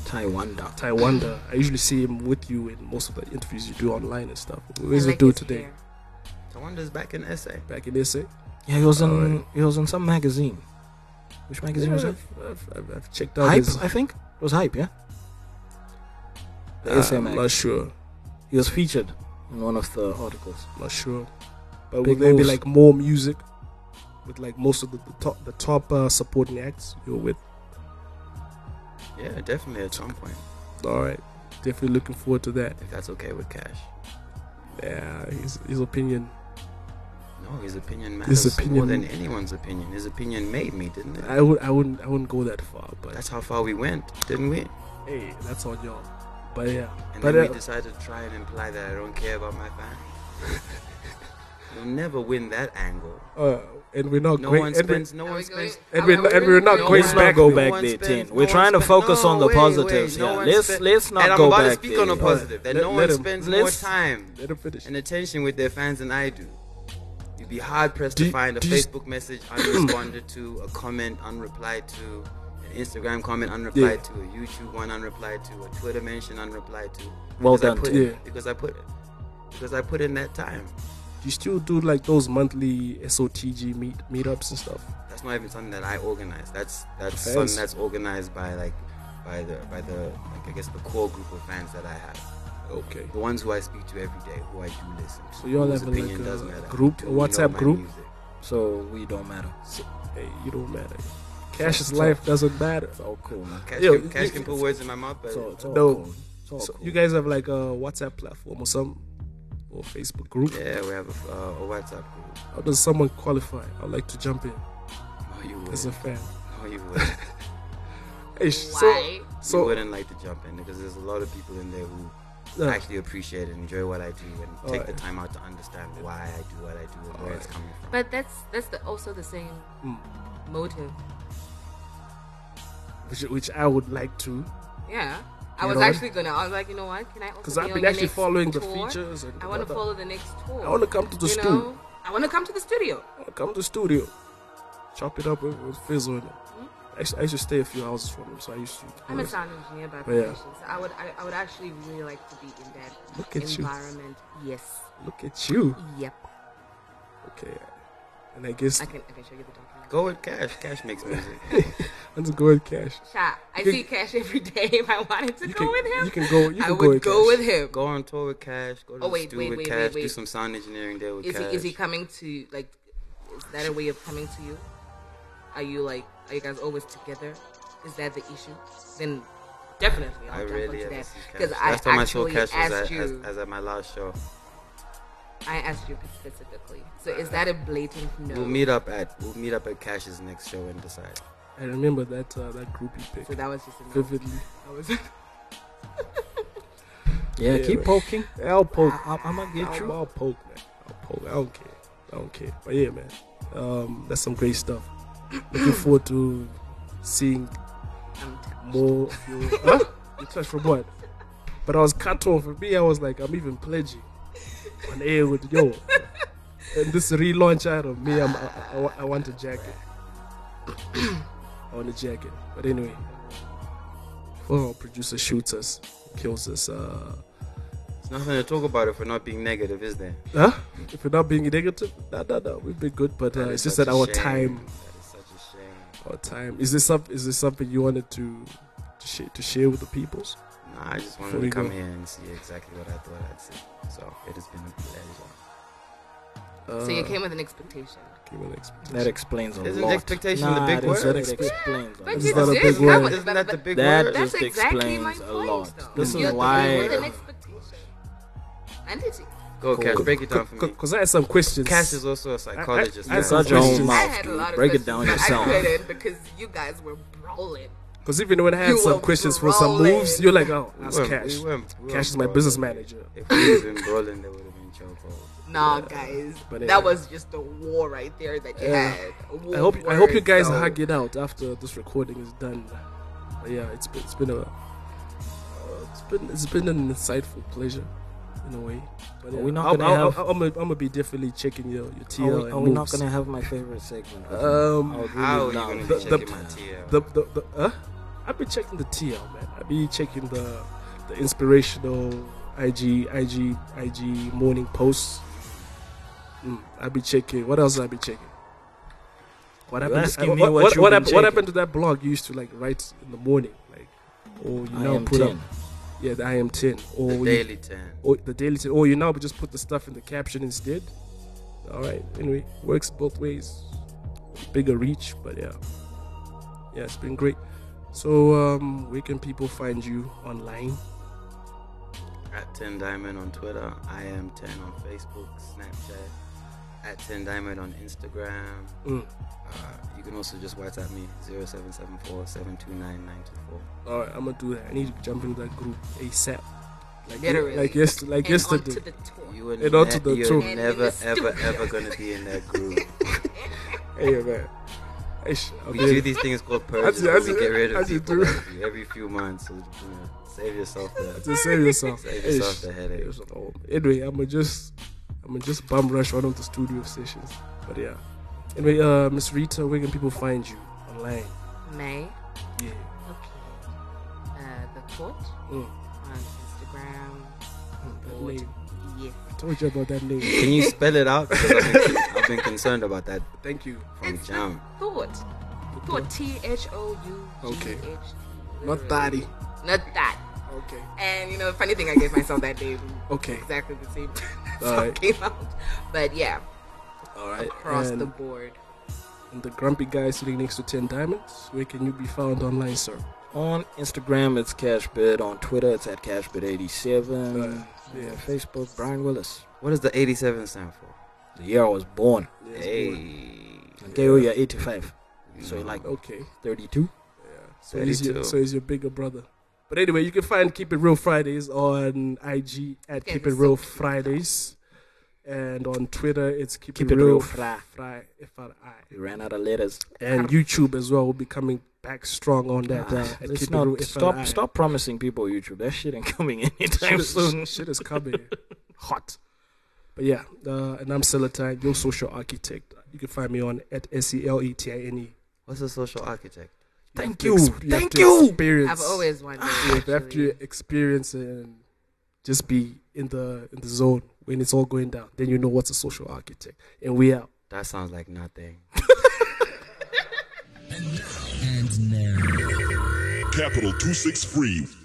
Taiwanda. Taiwanda. I usually see him with you in most of the interviews you do online and stuff. I Where's like the dude his today? hair. Tawanda's back in SA. Back in SA. Yeah, he was in he was in some magazine. Which magazine was that? I've, I've, I've, I've checked out Hype, his- I think. It was hype, yeah. The Uh, SA mag. I'm not sure. He was featured in one of the articles. Not sure. But Big will there moves. be like more music with like most of the, the top the top uh, supporting acts you're with? Yeah, definitely at some point. All right, definitely looking forward to that. If that's okay with Cash. Yeah, his, his opinion. No, his opinion matters His more opinion- than anyone's opinion. His opinion made me, didn't it? I would I wouldn't I wouldn't go that far, but That's how far we went, didn't we? hey, that's on y'all. But yeah, And but then uh, we decided to try and imply that I don't care about my fans. You'll never win that angle. uh, and we're not No going. one and we- spends. No one spends. and we're, and we're not No going one- back. go there. back one there, spends- Tin. We're trying to focus on the positives Oh, no here. one Let's spend- let's not and I'm go about back to speak there. on a positive. That Let- no let one him- spends more let's- time and attention with their fans than I do. You'd be hard pressed to find a do you s- Facebook message unresponded to, a comment unreplied to, an Instagram comment unreplied to, a YouTube one unreplied to, a Twitter mention unreplied to. Well Because I done, put- Tim. Yeah. Because I put because I put in that time. you still do like those monthly SOTG meet meetups and stuff? That's not even something that I organize. That's that's something that's organized by like by the by the like I guess the core group of fans that I have. Okay. The ones who I speak to every day, who I do listen to. So you all whose have opinion like uh, does a matter, group, a who know WhatsApp my group. music. So we don't matter. So, hey, you don't matter. Cash's life doesn't matter. It's all cool, man. Cash, Yo, can, Cash you- can put words in my mouth, but no. So oh. You guys have like a WhatsApp platform or something, or Facebook group. Yeah, we have a, uh, a WhatsApp group. How does someone qualify? I'd like to jump in No, you as a wouldn't. fan. No, Oh, you wouldn't. Hey, sh- so, so so wouldn't like to jump in because there's a lot of people in there who Yeah. Oh, actually appreciate and enjoy what I do and take the Alright. time out to understand why I do what I do Oh, and where it's coming from. But that's that's the, also the same Mm. motive. which, which I would like to. Yeah. I You was know what? actually gonna. I was like, you know what? Can I? also 'Cause be I've on been your actually next following the tour? features and I want to whatnot. follow the next tour. I wanna come to the you studio. Know? I want to come to the studio. Come to the studio, chop it up with, with Fizzle. And, Hmm? I, used, I used to stay a few houses from him, so I used to. I'm a sound engineer by Yeah. profession, so I would I, I would actually really like to be in that Look at you. environment. Yes. Look at you. Yep. Okay. And I guess I can I can show you the document. Go with Cash. Cash makes music. let's go with Cash. Sha, I You- see Cash every day. If I wanted to go with him, you can go- you I can would go with go Cash. with him. Go on tour with Cash. Go to Oh, the wait, stew wait, with wait, Cash. wait, Do wait. some sound engineering there with Is Cash. he is he coming to like? Is that a way of coming to you? Are you like? Are you guys always together? Is that the issue? Then definitely, I'll I jump really onto haven't that seen Cash. because I Last time I saw actually Cash was asked at, you. as, as at my last show. I asked you specifically. So Uh, is that a blatant no? We'll meet up at we'll meet up at Cash's next show and decide. I remember that uh, that group you picked. So that was just a no. vividly. That was Yeah, keep man. poking. I'll poke. I- I'm gonna get I'll, you. I'll poke, man. I'll poke. I don't care. I don't care. But yeah, man. Um, that's some great stuff. Looking forward to seeing more of your. huh? You touched from what? But I was cut off. For me, I was like, I'm even pledging on air with yo. And this relaunch item, me, I'm, I, I wa- I want a jacket. I want a jacket. But anyway, before our producer shoots us, kills us, uh, There's nothing to talk about if we're not being negative, is there? Huh? If you're not being negative, no, no, no, we've been good, but uh, That it's just is such that a our shame. time, That is such a shame. our time. Is this some, Is this something you wanted to to, sh- to share with the peoples? Nah, I just Before wanted we to come go. here and see exactly what I thought I'd see. So it has been a Uh, pleasure. so you came with an expectation. uh, Came with expectation. That explains a Isn't lot. expectation the big that word? That Yeah, explains but a you Isn't that lot. a did big come word? with- Isn't that the big That word? That's just exactly my explains a point, lot. though. This You're the is with an why. expectation. And did you? Go, Cash. Break it down for me. Because I had some questions. Cash is also a psychologist. I- I- man. Such a- Questions. I had a lot of Break it questions, down but yourself. I couldn't because you guys were brawling. Because even when I had You some were questions for some rolling. moves, you're like, oh, We that's weren't- Cash. we weren't- we Cash is weren't my brawling. business manager. If we had been brawling, there would have been chokehold. Nah, guys, but anyway. that was just a war right there that you Yeah. had. A war I of hope I hope you words, guys so- hug it out after this recording is done. But yeah, it's been it's been a uh, it's been it's been an insightful pleasure in a way. But Are yeah, we not I'm, gonna I'm, have- I'm, I'm, gonna, I'm gonna be definitely checking your your TL. Are we, and are we not moves. gonna have my favorite segment? Um, I would How are you love gonna be that. checking my TL? the the, the huh? I've been checking the TL, man. I've been checking the the inspirational IG IG IG morning posts. Mm, I've been checking. What else have I been checking? What You're happened? asking uh, me what, what what, you've what been hap- what checking. happened to that blog you used to like write in the morning? Like, or you I now am put 10. up. Yeah, the I am ten or The you- Daily 10. Or the daily ten. Or you now just put the stuff in the caption instead. All right. Anyway, works both ways. Bigger reach, but yeah, yeah, it's been great. So, um, where can people find you online? At 10 Diamond on Twitter. I am 10 on Facebook, Snapchat. At 10 Diamond on Instagram. Mm. Uh, you can also just WhatsApp me 0774 729 924. All right, I'm gonna do that. I need to jump into that group asap. Like, Literally. like yes, like And yesterday. onto the tour. You are, And onto the you're tour. never, And in the ever, studio. ever going to be in that group. Hey man, Hey, sh- we okay. do these things called purges. As you- where as We you- get rid of as you people do. like you every few months. So, you know, save yourself the, Just save yourself. save Hey, yourself sh- the headache. Anyway, I'm gonna just I'm gonna just bum rush one of the studio sessions. But yeah. Anyway, uh, Miss Rita, where can people find you online? May. Yeah. Okay. Uh, the court Mm. on Instagram. that Board name. Yes. I told you about that name. Can you spell it out? Because I've been, I've been concerned about that. Thank you. From It's Jam. Thought. Thought. T H O U. Okay. Not thotty. Not that. Okay. And you know, funny thing I gave myself that name. Okay. Exactly the same song Alright. came out. But yeah. All right. Across the And- board. And the grumpy guy sitting next to 10 Diamonds, where can you be found online, sir? On Instagram, it's Cashbid. On Twitter, it's at Cashbid87. yeah. On Facebook, Brian Willis. What does the 87 stand for? The year I was born. Hey. Okay, well, you're 85. So you're like Okay. 32. So he's, your, 32. so he's your bigger brother. But anyway, you can find Keep It Real Fridays on IG at Keep It Real Fridays. And on Twitter, it's Keep, Keep It Real Fri. Fry, F-R-I. You ran out of letters. And YouTube as well will be coming back strong on that. Nah, uh, at it's Keep It not, Real stop, FRI. stop promising people YouTube. That shit ain't coming anytime Shit is- soon. Shit is coming hot. But yeah, uh, and I'm Celatine, your social architect. You can find me on at S E L E T I N E. What's a social architect? Thank you. Thank you. Experience. Ah, I've always wondered. You have to experience it and just be in the in the zone when it's all going down. Then you know what's a social architect. And we out. That sounds like nothing. Capital 263